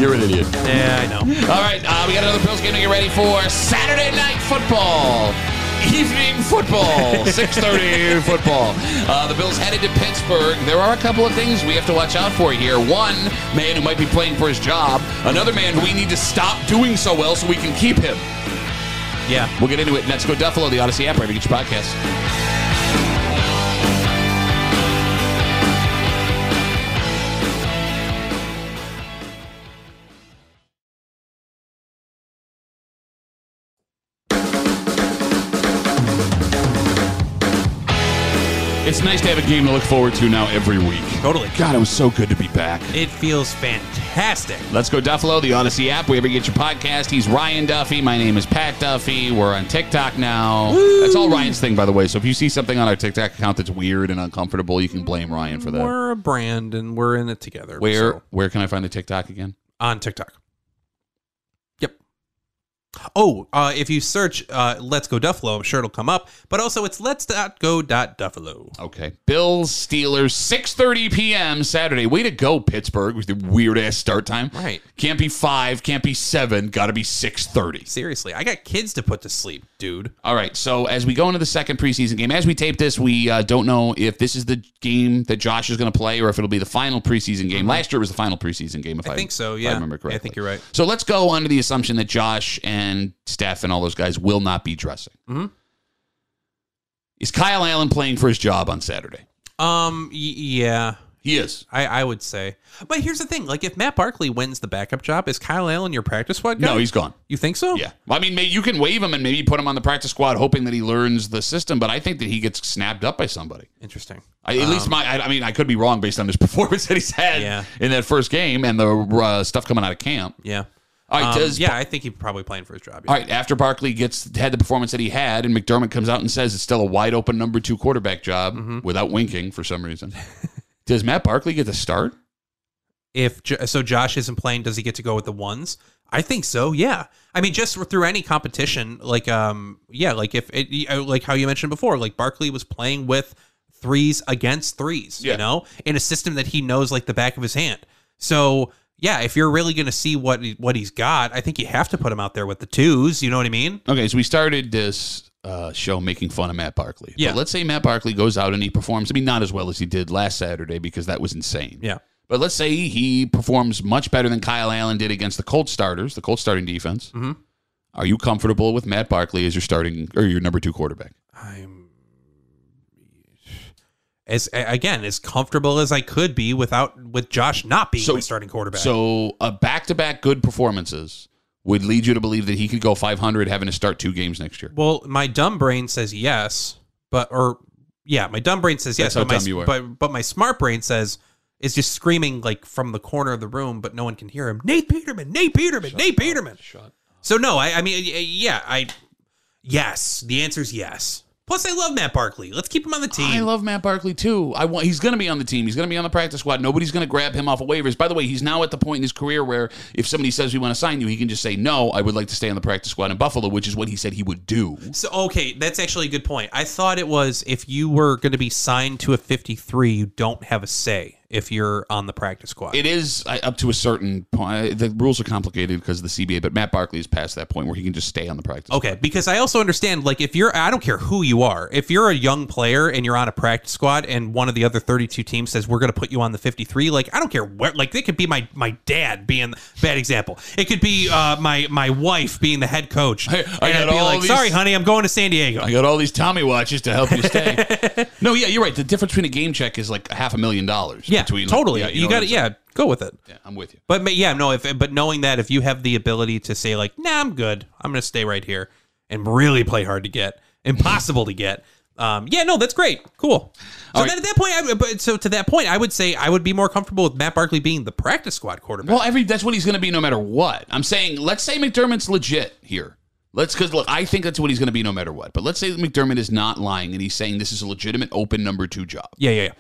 A: You're an idiot.
B: Yeah, I know.
A: All right, uh, we got another Bills game to get ready for Saturday night football. Evening football, 6:30 football. Uh, the Bills headed to Pittsburgh. There are a couple of things we have to watch out for here. One man who might be playing for his job. Another man who we need to stop doing so well so we can keep him.
B: Yeah.
A: We'll get into it next. Go Duffalo, the Odyssey app, wherever you get your podcasts. It's nice to have a game to look forward to now every week.
B: Totally.
A: God, it was so good to be back.
B: It feels fantastic.
A: Let's go Duffalo, the Odyssey app, wherever you get your podcast. He's Ryan Duffy. My name is Pat Duffy. We're on TikTok now. That's all Ryan's thing, by the way. So if you see something on our TikTok account that's weird and uncomfortable, you can blame Ryan for that.
B: We're a brand and we're in it together.
A: Where
B: so-
A: where can I find the TikTok again?
B: on TikTok. Yep. Oh, uh, if you search uh, "Let's Go Duffalo," I'm sure it'll come up. But also, it's "Let's dot go dot Duffalo."
A: Okay. Bills, Steelers, 6.30 p.m. Saturday. Way to go, Pittsburgh, with the weird-ass start time.
B: Right.
A: Can't be 5, can't be 7, got to be 6.30.
B: Seriously, I got kids to put to sleep, dude.
A: All right. So as we go into the second preseason game, as we tape this, we uh, don't know if this is the game that Josh is going to play or if it'll be the final preseason game. Last year was the final preseason game, if I,
B: think so,
A: if
B: yeah.
A: I remember
B: Yeah, Mm-hmm. I
A: correctly.
B: think you're right.
A: So let's go under the assumption that Josh and Steph and all those guys will not be dressing.
B: Mhm.
A: Is Kyle Allen playing for his job on Saturday?
B: Um, y- yeah,
A: He is.
B: I I would say. But here's the thing: like, if Matt Barkley wins the backup job, is Kyle Allen your practice squad guy?
A: No, he's gone.
B: You think so?
A: Yeah. Well, I mean, may- you can waive him and maybe put him on the practice squad, hoping that he learns the system. But I think that he gets snapped up by somebody.
B: Interesting.
A: I, at least my, I, I mean, I could be wrong based on his performance that he's had
B: Um, Yeah.
A: in that first game and the uh, stuff coming out of camp.
B: Yeah.
A: All right,
B: Um,
A: does
B: yeah, I think he's probably playing for his job. yeah.
A: all right after Barkley gets had the performance that he had, and McDermott comes out and says it's still a wide open number two quarterback job
B: Mm-hmm.
A: without winking for some reason. does Matt Barkley get the start?
B: If Jo- so, Josh isn't playing. Does he get to go with the ones? I think so. Yeah. I mean, just through any competition, like um, yeah, like if it, you- uh, like how you mentioned before, like Barkley was playing with threes against threes,
A: Yeah.
B: you know, in a system that he knows like the back of his hand. So yeah, if you're really gonna see what he- what he's got, I think you have to put him out there with the twos. You know what I mean?
A: Okay, so we started this uh, show making fun of Matt Barkley.
B: Yeah.
A: But let's say Matt Barkley goes out and he performs, I mean, not as well as he did last Saturday because that was insane.
B: Yeah.
A: But let's say he performs much better than Kyle Allen did against the Colts starters, the Colts starting defense.
B: Mhm.
A: Are you comfortable with Matt Barkley as your starting or your number two quarterback?
B: I'm as a- again as comfortable as I could be without with Josh not being
A: So-
B: my starting quarterback.
A: So a back to back good performances would lead you to believe that he could go 500 having to start two games next year.
B: well, my dumb brain says yes, but or yeah, my dumb brain says yes,
A: That's how
B: but my
A: dumb you are.
B: but but my smart brain says is just screaming like from the corner of the room, but no one can hear him. Nate Peterman, Nate Peterman, Nate Peterman.
A: Shut.
B: So no, I I mean y- yeah, I yes, the answer is yes. Plus, I love Matt Barkley. Let's keep him on the team.
A: I love Matt Barkley too. I want he's going to be on the team. He's going to be on the practice squad. Nobody's going to grab him off of waivers. By the way, he's now at the point in his career where if somebody says we want to sign you, he can just say no. I would like to stay on the practice squad in Buffalo, which is what he said he would do.
B: So okay, that's actually a good point. I thought it was if you were going to be signed to a 53, you don't have a say if you're on the practice squad.
A: It is I, up to a certain point. The rules are complicated because of the CBA, but Matt Barkley is past that point where he can just stay on the practice.
B: okay, because I also understand like if you're I don't care who you are. If you're a young player and you're on a practice squad and one of the other 32 teams says we're going to put you on the 53, like I don't care where like it could be my my dad being bad example. It could be uh, my my wife being the head coach.
A: I
B: and
A: got
B: I'd be
A: all
B: like,
A: these-
B: "Sorry, honey, I'm going to San Diego."
A: I got all these Tommy watches to help you stay. no, yeah, you're right. The difference between a game check is like a half a million dollars.
B: yeah,
A: between, like,
B: totally. you
A: know what
B: got
A: I'm
B: to yeah, go with it.
A: saying? Yeah, I'm with you.
B: But ma- yeah, no. If but knowing that if you have the ability to say like, nah, I'm good. I'm gonna stay right here and really play hard to get, impossible to get. Um, yeah, no, that's great, cool. So
A: right.
B: then at that point, I, but so to that point, I would say I would be more comfortable with Matt Barkley being the practice squad quarterback.
A: Well, every that's what he's going to be no matter what. I'm saying, let's say McDermott's legit here. Let's because look, I think that's what he's going to be no matter what. But let's say McDermott is not lying and he's saying this is a legitimate open number two job.
B: yeah, yeah, yeah.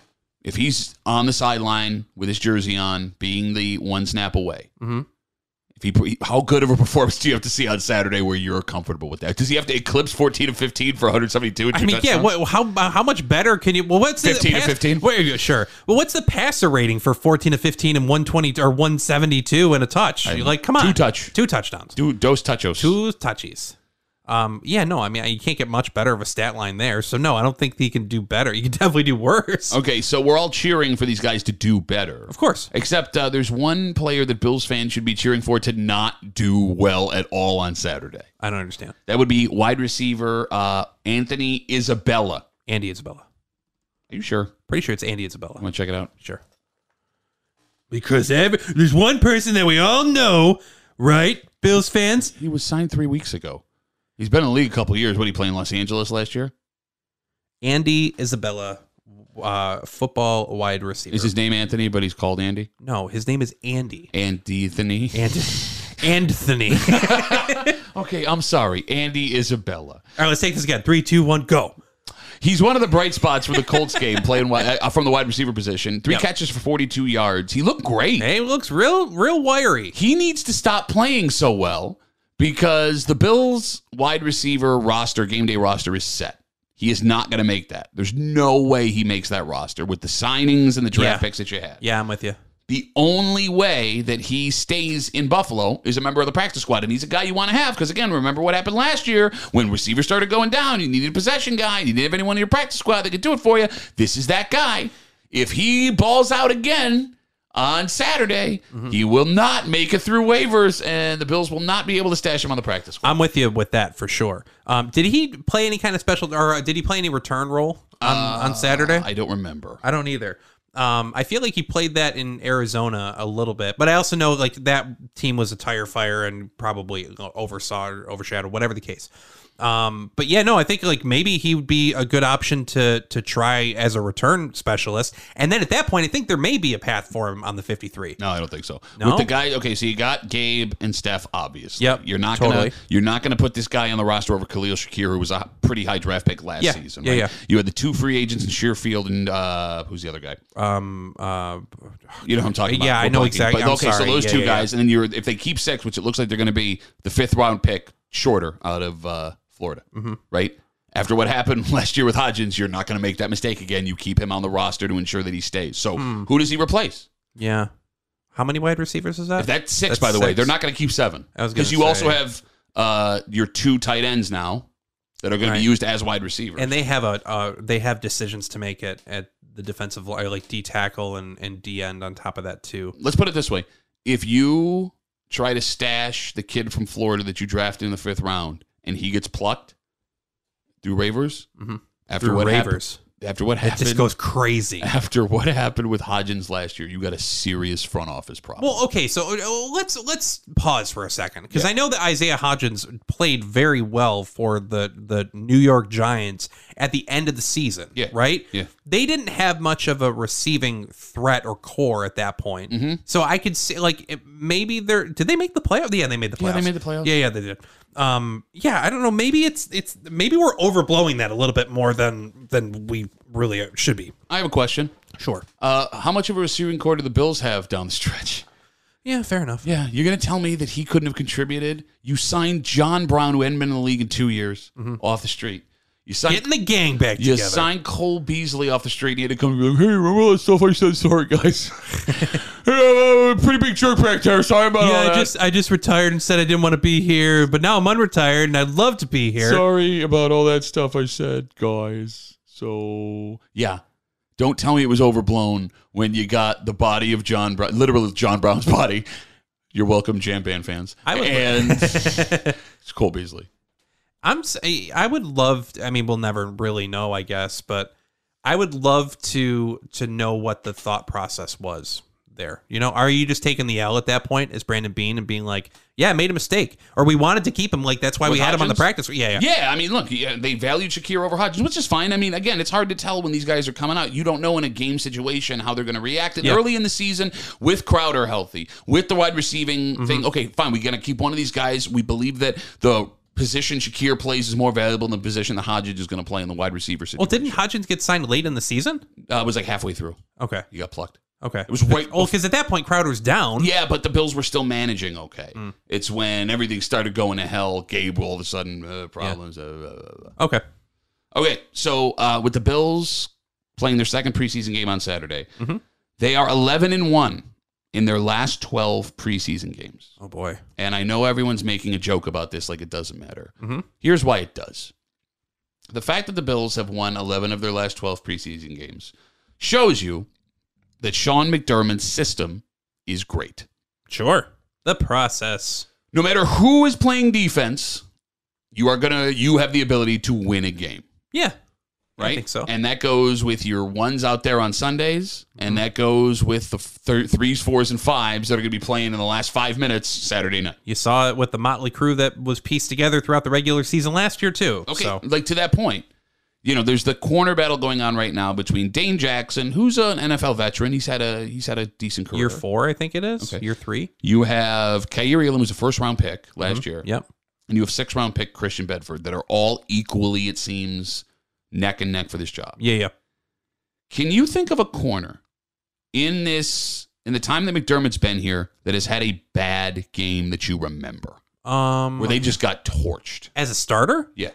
A: If he's on the sideline with his jersey on, being the one snap away.
B: Mhm.
A: If he, how good of a performance do you have to see on Saturday where you're comfortable with that? Does he have to eclipse 14 to 15 for 172? and
B: I
A: two
B: mean, yeah.
A: touchdowns?
B: What, how uh, how much better can you? Well, what's
A: 15
B: the
A: to 15?
B: Wait, sure. Well, what's the passer rating for fourteen to fifteen and one twenty or one seventy two and a touch? You're like, come on,
A: two touch.
B: two touchdowns.
A: Do dos touchos.
B: two touchies. Um, yeah, no, I mean you can't get much better of a stat line there. So no, I don't think he can do better. You can definitely do worse.
A: Okay, so we're all cheering for these guys to do better.
B: Of course.
A: Except uh, there's one player that Bills fans should be cheering for to not do well at all on Saturday.
B: I don't understand.
A: That would be wide receiver uh, Anthony Isabella.
B: Andy Isabella.
A: Are you sure?
B: Pretty sure it's Andy Isabella.
A: I'm gonna check it out.
B: Sure. Because every, there's one person that we all know, right? Bills fans.
A: He was signed three weeks ago. He's been in the league a couple years. What did he play in Los Angeles last year?
B: Andy Isabella, uh, football wide receiver.
A: Is his name Anthony, but he's called Andy?
B: no, his name is Andy.
A: Anthony.
B: And Anthony. all
A: Okay, I'm sorry. Andy Isabella.
B: right, let's take this again. Three, two, one, go.
A: He's one of the bright spots for the Colts game, playing wide, uh, from the wide receiver position. Three
B: Yep.
A: catches for 42 yards. He looked great.
B: Hey, looks real, real wiry.
A: he needs to stop playing so well because the Bills wide receiver roster, game day roster is set. He is not going to make that. There's no way he makes that roster with the signings and the draft
B: Yeah.
A: picks that you had.
B: Yeah, I'm with you.
A: The only way that he stays in Buffalo is a member of the practice squad, and he's a guy you want to have because again, remember what happened last year when receivers started going down. You needed a possession guy. You didn't have anyone in your practice squad that could do it for you. This is that guy. If he balls out again on Saturday, he will not make it through waivers, and the Bills will not be able to stash him on the practice squad.
B: I'm with you with that for sure. Um, did he play any kind of special, or uh, did he play any return role on, on Saturday? I,
A: I don't remember.
B: don't either. Um, I feel like he played that in Arizona a little bit, but I also know like that team was a tire fire and probably oversaw or overshadowed, whatever the case. Um, but yeah, no, I think like maybe he would be a good option to to try as a return specialist, and then at that point, I think there may be a path for him on the fifty three.
A: No, I don't think so.
B: No?
A: With the guy, okay, so you got Gabe and Steph, obviously.
B: Yep,
A: You're not
B: totally.
A: gonna you're not gonna put this guy on the roster over Khalil Shakir, who was a pretty high draft pick last
B: Yeah,
A: season.
B: yeah,
A: right?
B: yeah.
A: You had the two free agents in Sheerfield and uh, who's the other guy?
B: Um, uh,
A: You know what I'm talking about.
B: Yeah, I
A: We're
B: know
A: blanking.
B: exactly.
A: But,
B: I'm
A: okay,
B: sorry.
A: so those
B: Yeah,
A: two
B: yeah, yeah.
A: guys, and then you're if they keep sex, which it looks like they're gonna be the fifth round pick shorter out of uh, Florida,
B: Mm-hmm.
A: right? After what happened last year with Hodgins, you're not going to make that mistake again. You keep him on the roster to ensure that he stays. So,
B: Hmm.
A: who does he replace?
B: Yeah. How many wide receivers is that?
A: If that's six,
B: That's
A: by the way,
B: six.
A: they're not going to keep seven.
B: I was gonna
A: because you
B: say.
A: also have uh, your two tight ends now that are going
B: Right.
A: to be used as wide receivers.
B: and they have a uh, they have decisions to make it at the defensive line, like D tackle and and D end on top of that too.
A: Let's put it this way: if you try to stash the kid from Florida that you drafted in the fifth round and he gets plucked through ravers,
B: Mhm.
A: after
B: Through
A: what happened,
B: ravers,
A: after what
B: it just
A: happened,
B: goes crazy.
A: after what happened with Hodgins last year, you got a serious front office problem.
B: Well, okay, so uh, let's let's pause for a second because I know that Isaiah Hodgins played very well for the the New York Giants at the end of the season.
A: Yeah.
B: right.
A: Yeah.
B: they didn't have much of a receiving threat or core at that point.
A: Mm-hmm.
B: So I could see like it, maybe they're did they make the playoff? Yeah, they made the playoffs.
A: Yeah, they made the playoffs.
B: Yeah, yeah, they did. Um, yeah, I don't know. Maybe it's it's maybe we're overblowing that a little bit more than than we really should be.
A: I have a question:
B: Sure.
A: uh, How much of a receiving core do the Bills have down the stretch?
B: Yeah, fair enough.
A: Yeah, you're gonna tell me that he couldn't have contributed. You signed John Brown, who hadn't been in the league in two years, off the street. You signed
B: Mm-hmm. Getting the gang back
A: you
B: together.
A: signed Cole Beasley off the street. And he had to come and be like, "Hey, remember all that stuff I said? Sorry, guys. hey, I'm a pretty big jerk back there. uh, Sorry about all
B: Yeah, I
A: that.
B: just I just retired and said I didn't want to be here, but now I'm unretired and I'd love to be here.
A: Sorry about all that stuff I said, guys. So yeah." Don't tell me it was overblown when you got the body of John Brown, literally John Brown's body. You're welcome, Jam Band fans.
B: I was-
A: and it's Cole Beasley.
B: I'm s- I would love I mean we'll never really know I guess, but I would love to to know what the thought process was there. You know, are you just taking the L at that point as Brandon Bean and being like, "Yeah, I made a mistake," or we wanted to keep him like that's why we
A: With
B: had him on the
A: Hodgins?
B: practice. Yeah, yeah.
A: Yeah, I mean, look, yeah, they valued Shakir over Hodgins, which is fine. I mean, again, it's hard to tell when these guys are coming out. You don't know in a game situation how they're going to react. And
B: Yeah.
A: early in the season, with Crowder healthy, with the wide receiving
B: Mm-hmm.
A: thing, okay, fine. We're going to keep one of these guys. We believe that the position Shakir plays is more valuable than the position that Hodgins is going to play in the wide receiver
B: Well,
A: situation.
B: didn't Hodgins get signed late in the season?
A: uh, it was like halfway through.
B: Okay.
A: You got plucked.
B: Okay. It
A: was right
B: Well, because at that point Crowder's down.
A: Yeah, but the Bills were still managing okay.
B: Mm.
A: It's when everything started going to hell. Gabe all of a sudden uh, problems. uh, blah, blah, blah.
B: Okay.
A: Okay, so uh, with the Bills playing their second preseason game on Saturday, they are 11 and 1 in their last 12 preseason games.
B: Oh boy.
A: And I know everyone's making a joke about this like it doesn't matter. Here's why it does. The fact that the Bills have won 11 of their last 12 preseason games shows you that Sean McDermott's system is great.
B: Sure. The process.
A: No matter who is playing defense, you are going to you have the ability to win a game.
B: Yeah.
A: right?
B: I think so.
A: And that goes with your ones out there on Sundays, and
B: Mm-hmm.
A: that goes with the thir- threes, fours, and fives that are going to be playing in the last five minutes Saturday night.
B: You saw it with the Motley crew that was pieced together throughout the regular season last year too.
A: Okay,
B: So
A: like to that point, you know, there's the corner battle going on right now between Dane Jackson, who's an NFL veteran. He's had a he's had a decent career.
B: year four, I think it is.
A: Okay.
B: Year three.
A: you have Kyrie Elam, who's a first round pick last year,
B: Mm-hmm. Yep.
A: and you have six round pick Christian Bedford that are all equally, it seems, neck and neck for this job.
B: Yeah, yeah.
A: Can you think of a corner in this in the time that McDermott's been here that has had a bad game that you remember
B: Um
A: where they just got torched?
B: as a starter?
A: Yeah.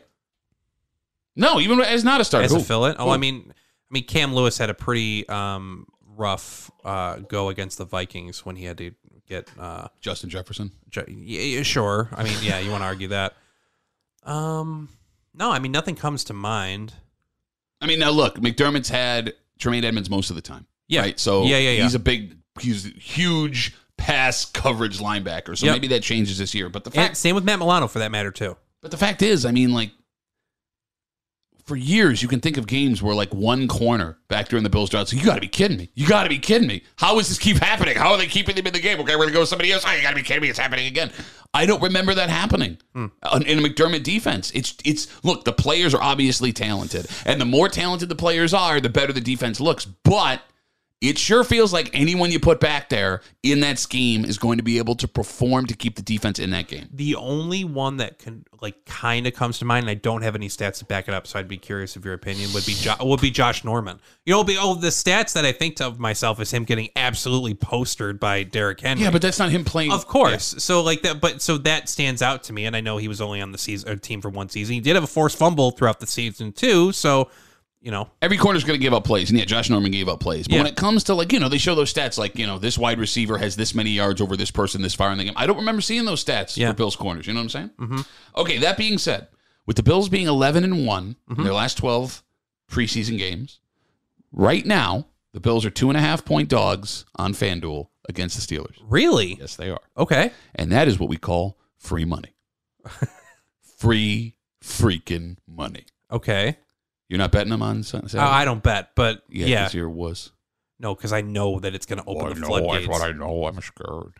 A: No, even as not a starter.
B: As a
A: Who?
B: fill in? Oh,
A: Who?
B: I mean I mean Cam Lewis had a pretty um rough uh go against the Vikings when he had to get uh
A: Justin Jefferson.
B: ju- yeah, yeah, sure. I mean, yeah, you want to argue that. Um no, I mean nothing comes to mind.
A: I mean, now look, McDermott's had Tremaine Edmonds most of the time.
B: Yeah.
A: Right. So
B: Yeah, yeah, yeah.
A: he's a big, he's a huge pass coverage linebacker. So
B: Yep.
A: maybe that changes this year. But the fact
B: And same with Matt Milano for that matter too.
A: But the fact is, I mean, like, for years you can think of games where like one corner back during the Bills drought. So you got to be kidding me. You got to be kidding me. How does this keep happening? How are they keeping them in the game? Okay, we're gonna go with somebody else. Oh, you got to be kidding me. It's happening again. I don't remember that happening on- in a McDermott defense. It's it's look the players are obviously talented, and the more talented the players are, the better the defense looks. But it sure feels like anyone you put back there in that scheme is going to be able to perform to keep the defense in that game.
B: The only one that can like kind of comes to mind, and I don't have any stats to back it up, so I'd be curious of your opinion. Would be jo- would be Josh Norman. You know, it'll be oh the stats that I think of myself is him getting absolutely postered by Derrick Henry.
A: Yeah, but that's not him playing.
B: Of course. So like that, but so that stands out to me, and I know he was only on the season or team for one season. He did have a forced fumble throughout the season too, so you know
A: every corner's going to give up plays, and yeah, Josh Norman gave up plays. But when
B: Yeah.
A: it comes to like you know, they show those stats like you know this wide receiver has this many yards over this person this far in the game. I don't remember seeing those stats
B: Yeah.
A: for Bills corners. You know what I'm saying? Mm-hmm. Okay. That being said, with the Bills being 11 and one in
B: Mm-hmm.
A: their last 12 preseason games, right now the Bills are two and a half point dogs on FanDuel against the Steelers.
B: really
A: Yes, they are,
B: okay.
A: and that is what we call free money. free freaking money.
B: Okay,
A: You're not betting them on Sun-
B: Uh,
A: Saturday.
B: I don't bet, but yeah,
A: yeah, this year was.
B: no, because I know that it's going to open
A: I
B: the
A: know,
B: floodgates.
A: I, what I know, I'm scared.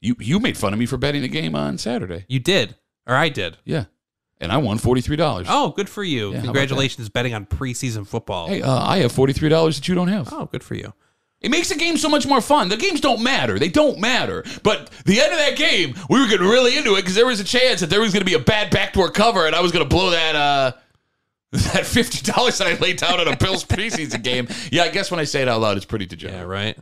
A: You you made fun of me for betting the game on Saturday.
B: you did, or I did.
A: Yeah, and I won forty three dollars.
B: Oh, good for
A: Yeah,
B: you!
A: how about
B: Congratulations, betting on preseason football.
A: Hey, uh, I have forty three dollars that you don't have.
B: Oh, good for you.
A: It makes the game so much more fun. The games don't matter; they don't matter. But the end of that game, we were getting really into it because there was a chance that there was going to be a bad backdoor cover, and I was going to blow that uh that fifty dollars that I laid down on a Bills preseason game. Yeah, I guess when I say it out loud, it's pretty degenerate.
B: Yeah, right.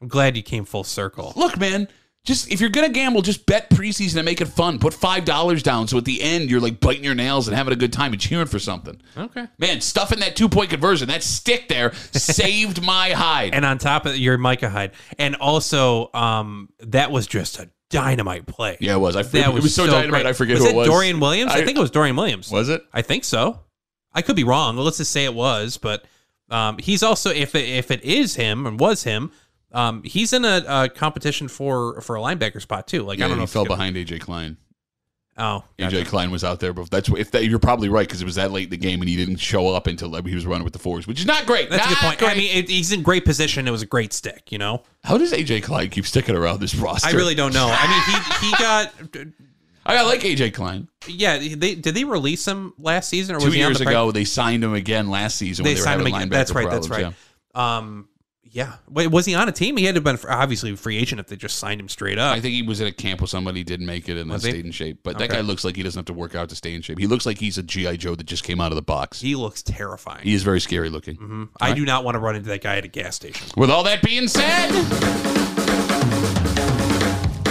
B: I'm glad you came full circle.
A: look, man, just if you're gonna gamble, just bet preseason and make it fun. Put five dollars down, so at the end you're like biting your nails and having a good time and cheering for something.
B: Okay.
A: Man, stuffing that two point conversion, that stick there saved my hide.
B: And on top of your Micah Hyde, and also um, that was just a dynamite play.
A: yeah, it was. I it
B: That
A: was so, dynamite.
B: great.
A: I forget
B: was
A: who
B: it
A: it was.
B: Dorian Williams? I,
A: I-
B: think it was Dorian Williams.
A: Was it?
B: I think so. I could be wrong. Well, let's just say it was. But um, he's also if it, if it is him and was him, um, he's in a, a competition for for a linebacker spot too. Like
A: Yeah,
B: I don't know.
A: he
B: if
A: fell
B: it's
A: behind AJ Klein.
B: gonna- Oh,
A: AJ Klein was out there, but that's what- if that, you're probably right because it was that late in the game and he didn't show up until like, he was running with the fours, which is not great.
B: that's a good
A: Not
B: point.
A: great.
B: I mean, it, he's in great position. It was a great stick. You know,
A: How does AJ Klein keep sticking around this roster?
B: I really don't know. I mean, he he got
A: I like AJ Klein.
B: yeah. They did they release him last season or
A: two
B: was he on
A: years
B: the
A: ago they signed him again last season
B: They
A: when they
B: signed
A: were
B: him
A: having
B: again.
A: linebacker
B: That's right.
A: problems,
B: that's right. Um, yeah. Wait, was he on a team? He had to have been obviously a free agent if they just signed him straight
A: yeah.
B: up.
A: I think he was at a camp with somebody, didn't make it, and then
B: Was he?
A: stayed in shape. But that
B: Okay.
A: guy looks like he doesn't have to work out to stay in shape. He looks like he's a GI Joe that just came out of the box.
B: he looks terrifying.
A: He is very scary looking.
B: Mhm. I do not want to run into that guy at a gas station.
A: With all that being said,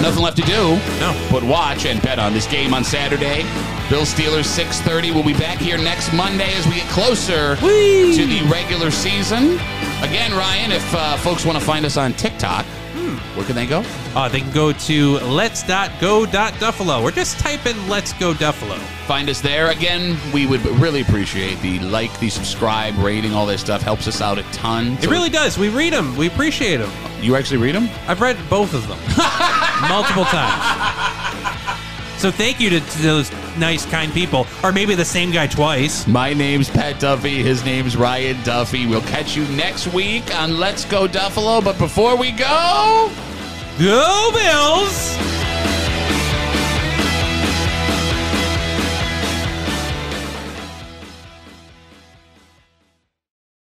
A: nothing left to do
B: No.
A: but watch and bet on this game on Saturday. Bill Steelers 6:30. We'll be back here next Monday as we get closer to the regular season. Again, Ryan, if uh, folks want to find us on TikTok,
B: Hmm.
A: where can they go?
B: Uh, they can go to let's.go.duffalo or just type in let's go duffalo.
A: Find us there. Again, we would really appreciate the like, the subscribe, rating, all that stuff helps us out a ton.
B: It
A: So-
B: really does. We read them. We appreciate them.
A: you actually read them?
B: I've read both of them multiple times. So thank you to, to those nice, kind people, or maybe the same guy twice.
A: My name's Pat Duffy. His name's Ryan Duffy. We'll catch you next week on Let's Go Duffalo. But before we go,
B: Go Bills!